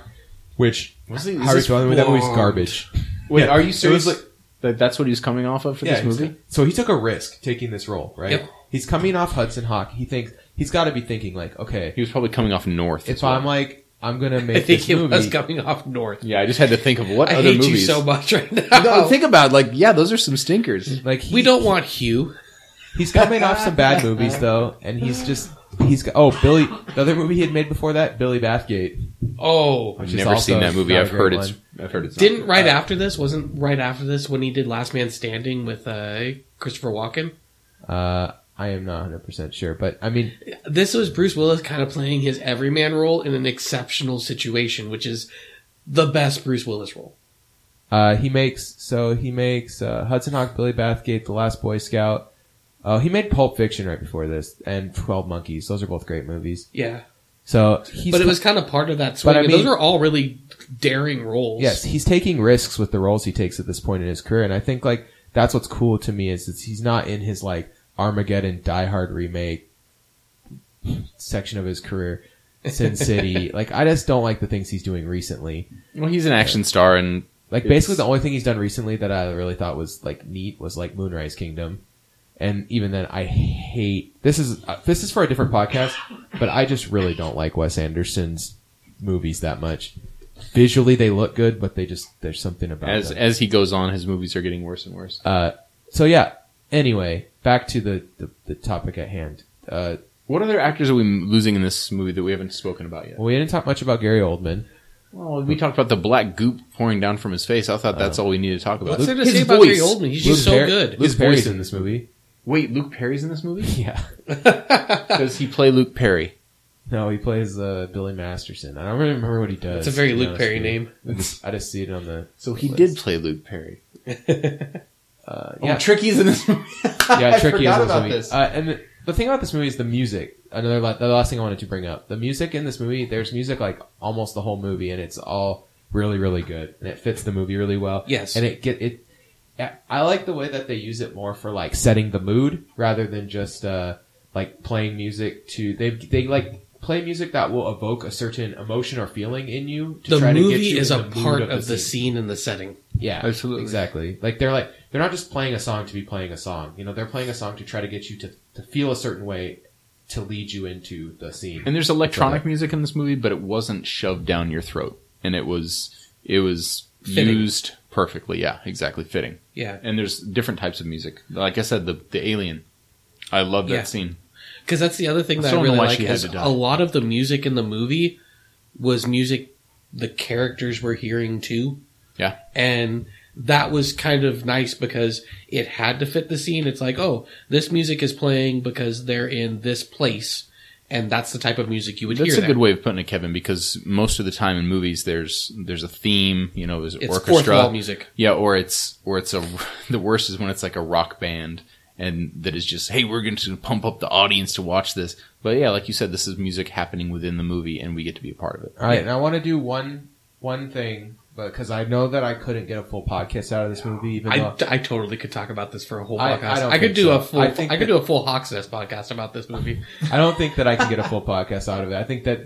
S1: which
S3: Was he- is
S1: how are we
S3: this
S1: feeling with that movie's
S3: blonde?
S1: garbage.
S3: Wait,
S1: Yeah.
S3: are
S1: It
S3: you
S1: was
S3: serious?
S1: like-
S3: that that's what he was coming off of for this
S1: he's-
S3: movie.
S1: So he took a risk taking this role, right?
S2: Yep.
S1: He's coming off Hudson Hawk. He thinks he's got to be thinking like, okay,
S3: He was probably coming off North.
S1: if
S3: as well.
S1: I'm like, I'm gonna
S2: I
S1: make
S2: think
S1: this
S2: he was
S1: movie.
S2: coming off north.
S3: yeah, I just had to think of what
S2: I
S3: other
S2: hate
S3: movies.
S2: you so much right now.
S3: No, think about it, like yeah, those are some stinkers.
S1: like he,
S2: we don't want Hugh.
S1: He's coming off some bad movies though, and he's just he's got, oh Billy. The other movie he had made before that, Billy Bathgate.
S2: Oh,
S1: Which
S3: I've
S1: is
S3: never
S1: also
S3: seen that movie.
S1: not a
S3: I've
S1: great
S3: heard it's.
S1: one.
S3: I've heard it's. not Uh,
S2: didn't
S3: good.
S2: right after this wasn't right after this when he did Last Man Standing with uh, Christopher Walken.
S1: Uh, I am not 100 percent sure, but I mean,
S2: This was Bruce Willis kind of playing his everyman role in an exceptional situation, which is the best Bruce Willis role.
S1: Uh, he makes so he makes uh, Hudson Hawk, Billy Bathgate, The Last Boy Scout. Oh, he made Pulp Fiction right before this, and Twelve Monkeys. Those are both great movies.
S2: Yeah,
S1: So he's
S2: but it was kind of part of that swing.
S1: I
S2: and
S1: mean-
S2: those are all really daring roles.
S1: yes, he's taking risks with the roles he takes at this point in his career, and I think like that's what's cool to me is it's, he's not in his like Armageddon, Die Hard remake section of his career. Sin City, like I just don't like the things he's doing recently.
S3: Well, he's an action star, and
S1: Like
S3: It's-
S1: basically the only thing he's done recently that I really thought was like neat was like Moonrise Kingdom, and even then I hate this is uh, this is for a different podcast, but I just really don't like Wes Anderson's movies that much. Visually they look good, but they just there's something about
S3: as
S1: them.
S3: as he goes on, his movies are getting worse and worse.
S1: uh, so yeah. Anyway, back to the the, the topic at hand. Uh,
S3: What other actors are we losing in this movie that we haven't spoken about yet?
S1: well, we didn't talk much about Gary Oldman.
S3: Well, we talked about the black goop pouring down from his face. I thought that's all we needed to talk about.
S2: What's there to
S3: his
S2: say about Gary Oldman? He's just so
S1: Perry-
S2: good.
S1: Luke
S3: His voice
S1: Perry's
S3: is-
S1: in this movie.
S3: Wait, Luke Perry's in this movie?
S1: Yeah.
S3: Does he play Luke Perry?
S1: No, he plays uh, Billy Masterson. I don't really remember what he does.
S2: It's a very
S1: to be
S2: Luke
S1: honest
S2: Perry
S1: with you.
S2: name.
S1: I just, I just see it on the.
S3: So he
S1: list.
S3: did play Luke Perry.
S1: Uh,
S3: Oh,
S1: yeah,
S3: Tricky's in this movie.
S1: yeah, tricky
S3: I forgot
S1: is in this
S3: about
S1: movie.
S3: this.
S1: Uh, and the, the thing about this movie is the music. Another la- the last thing I wanted to bring up. The music in this movie, there's music like almost the whole movie, and it's all really really good, and it fits the movie really well.
S2: Yes.
S1: and it get it. yeah, I like the way that they use it more for like setting the mood rather than just uh like playing music to they they like. Play music that will evoke a certain emotion or feeling in you. To
S2: The
S1: try to get
S2: movie
S1: you
S2: is
S1: in
S2: a
S1: the mood
S2: part of the
S1: scene.
S2: scene and the setting.
S1: Yeah,
S3: Absolutely.
S1: exactly. Like they're like they're not just playing a song to be playing a song. You know, they're playing a song to try to get you to, to feel a certain way to lead you into the scene.
S3: And there's electronic music in this movie, but it wasn't shoved down your throat, and it was it was
S2: Fitting.
S3: used perfectly. Yeah, exactly, fitting.
S2: Yeah,
S3: And there's different types of music. Like I said, the the alien. I love that
S2: Yeah.
S3: scene.
S2: because that's the other thing
S3: I
S2: that
S3: still
S2: I
S3: don't know
S2: really
S3: why
S2: like
S3: she had
S2: is
S3: to die.
S2: a lot of the music in the movie was music the characters were hearing too.
S3: Yeah.
S2: and that was kind of nice because it had to fit the scene. It's like, oh, this music is playing because they're in this place, and that's the type of music you would
S3: That's
S2: hear.
S3: a
S2: there.
S3: good way of putting it, Kevin, because most of the time in movies, there's there's a theme. You know, there's an
S2: It's fourth
S3: orchestra
S2: wall music.
S3: Yeah, or it's or it's a the worst is when it's like a rock band and that is just hey, we're going to pump up the audience to watch this. But yeah, like you said, this is music happening within the movie, and we get to be a part of it.
S1: All right, and I want to do one one thing, but because I know that I couldn't get a full podcast out of this movie, even
S2: I,
S1: though
S2: I totally could talk about this for a whole
S1: I-
S2: podcast.
S1: I
S2: I,
S1: don't
S2: could
S1: think
S2: do
S1: so.
S2: a full
S1: I
S2: I,
S1: think
S2: could do a full Hawks Nest podcast about this movie.
S1: I don't think that I can get a full podcast out of it. I think that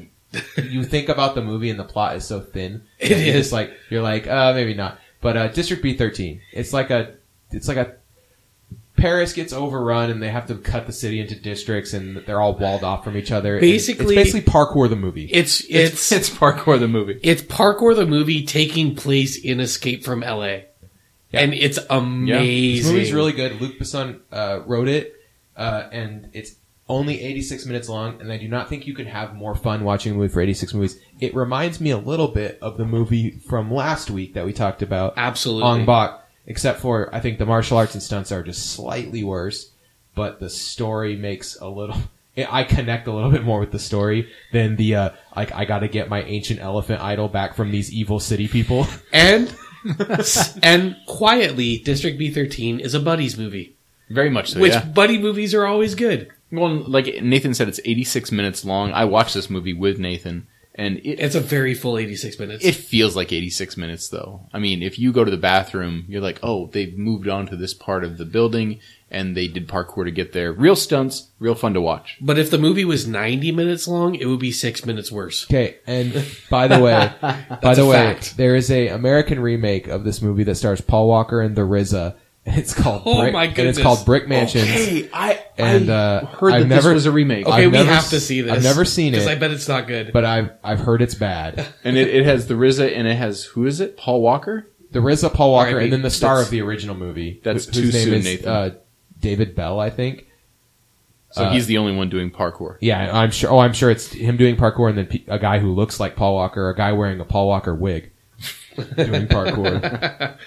S1: you think about the movie and the plot is so thin.
S2: It
S1: that you're
S2: is.
S1: just like you're like uh, maybe not, but uh, District B thirteen. It's like a it's like a Paris gets overrun and they have to cut the city into districts and they're all walled off from each other. And
S2: Basically-
S1: it's basically parkour the movie.
S2: It's it's
S3: it's parkour the movie.
S2: it's parkour the movie taking place in Escape from LA. And it's amazing.
S1: This movie's really good. Luc Besson uh, wrote it, uh, and it's only 86 minutes long. And I do not think you can have more fun watching a movie for 86 movies. It reminds me a little bit of the movie from last week that we talked about,
S2: absolutely
S1: Ong Bak, except for I think the martial arts and stunts are just slightly worse, but the story makes a little. I connect a little bit more with the story than the uh, like I got to get my ancient elephant idol back from these evil city people.
S2: and and quietly District B13 is a buddies movie,
S3: Very much so.
S2: which
S3: yeah.
S2: buddy movies are always good.
S3: Well, like Nathan said, it's 86 minutes long. I watched this movie with Nathan, and it
S2: It's a very full 86 minutes.
S3: it feels like 86 minutes though. I mean, if you go to the bathroom, you're like, oh, they've moved on to this part of the building, and they did parkour to get there. Real stunts, real fun to watch.
S2: but if the movie was 90 minutes long, it would be six minutes worse.
S1: Okay, and by the way, by
S2: That's
S1: the
S2: a
S1: way,
S2: fact.
S1: there is a American remake of this movie that stars Paul Walker and the RZA, and it's called
S2: Oh
S1: Brick,
S2: my
S1: and it's called
S2: goodness.
S1: Brick Mansions.
S3: Hey, I
S1: And, uh,
S3: heard that
S1: I've
S3: this
S1: never-
S3: was a remake,
S1: I-
S2: Okay,
S1: I've
S2: we
S1: never
S2: have
S1: s-
S2: to see this.
S1: I've never seen
S2: Because
S1: it.
S2: I bet it's not good.
S1: But I've I've heard it's bad.
S3: and it, it has the RZA and it has who is it? Paul Walker.
S1: The RZA, Paul Walker,
S2: R.I.P.
S1: and then the star
S3: That's-
S1: of the original movie.
S3: that's
S1: wh-
S3: too
S1: whose name
S3: soon,
S1: is,
S3: Nathan.
S1: Uh, David Bell, I think.
S3: So
S1: Uh,
S3: he's the only one doing parkour.
S1: Yeah, I'm sure. Oh, I'm sure it's him doing parkour, and then pe- a guy who looks like Paul Walker, a guy wearing a Paul Walker wig, doing parkour.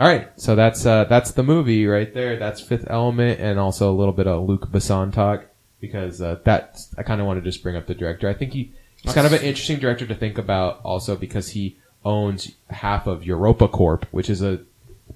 S1: All right, so that's uh, that's the movie right there. That's Fifth Element, and also a little bit of Luke Besson talk because uh, that I kind of want to just bring up the director. I think he he's kind of an interesting director to think about, also because he owns half of Europa Corp, which is a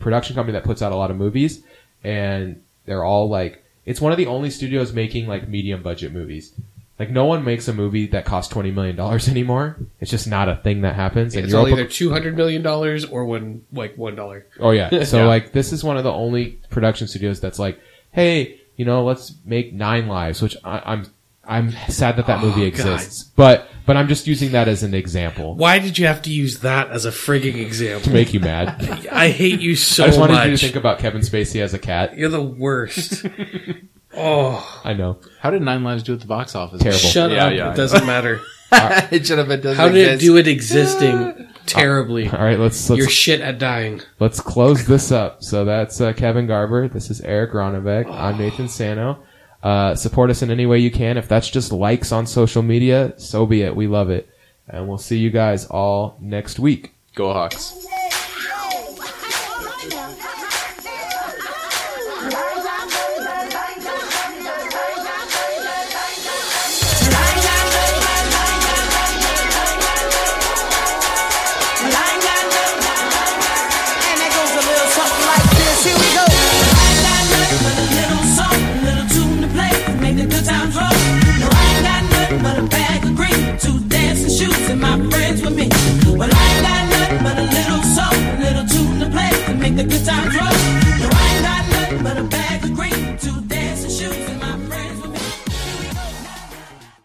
S1: production company that puts out a lot of movies, and they're all like it's one of the only studios making like medium budget movies. Like no one makes a movie that costs twenty million dollars anymore. It's just not a thing that happens. And
S2: it's all
S1: Europa,
S2: either $200 million or one, like $1.
S1: oh yeah. So
S2: Yeah.
S1: like this is one of the only production studios that's like, hey, you know, let's make Nine Lives, which I, I'm I'm sad that that
S2: Oh,
S1: movie
S2: God.
S1: exists, but but I'm just using that as an example
S2: Why did you have to use that as a frigging
S1: to
S2: example?
S1: make you mad.
S2: I hate you so
S1: I just wanted
S2: much.
S1: you to think about Kevin Spacey as a cat.
S2: You're the worst. oh.
S1: I know.
S3: How did Nine Lives do at the box office?
S1: Terrible.
S2: Shut
S3: Yeah,
S2: up.
S3: yeah, I
S2: it doesn't matter.
S3: it should have been.
S2: How did it do it existing terribly?
S1: All right, let's let's
S2: You're shit at dying.
S1: let's close this up. So that's uh, Kevin Garber. This is Eric Ronnebeck. I'm Nathan Sano. Uh, support us in any way you can. If that's just likes on social media, so be it. We love it. And we'll see you guys all next week.
S3: Go Hawks.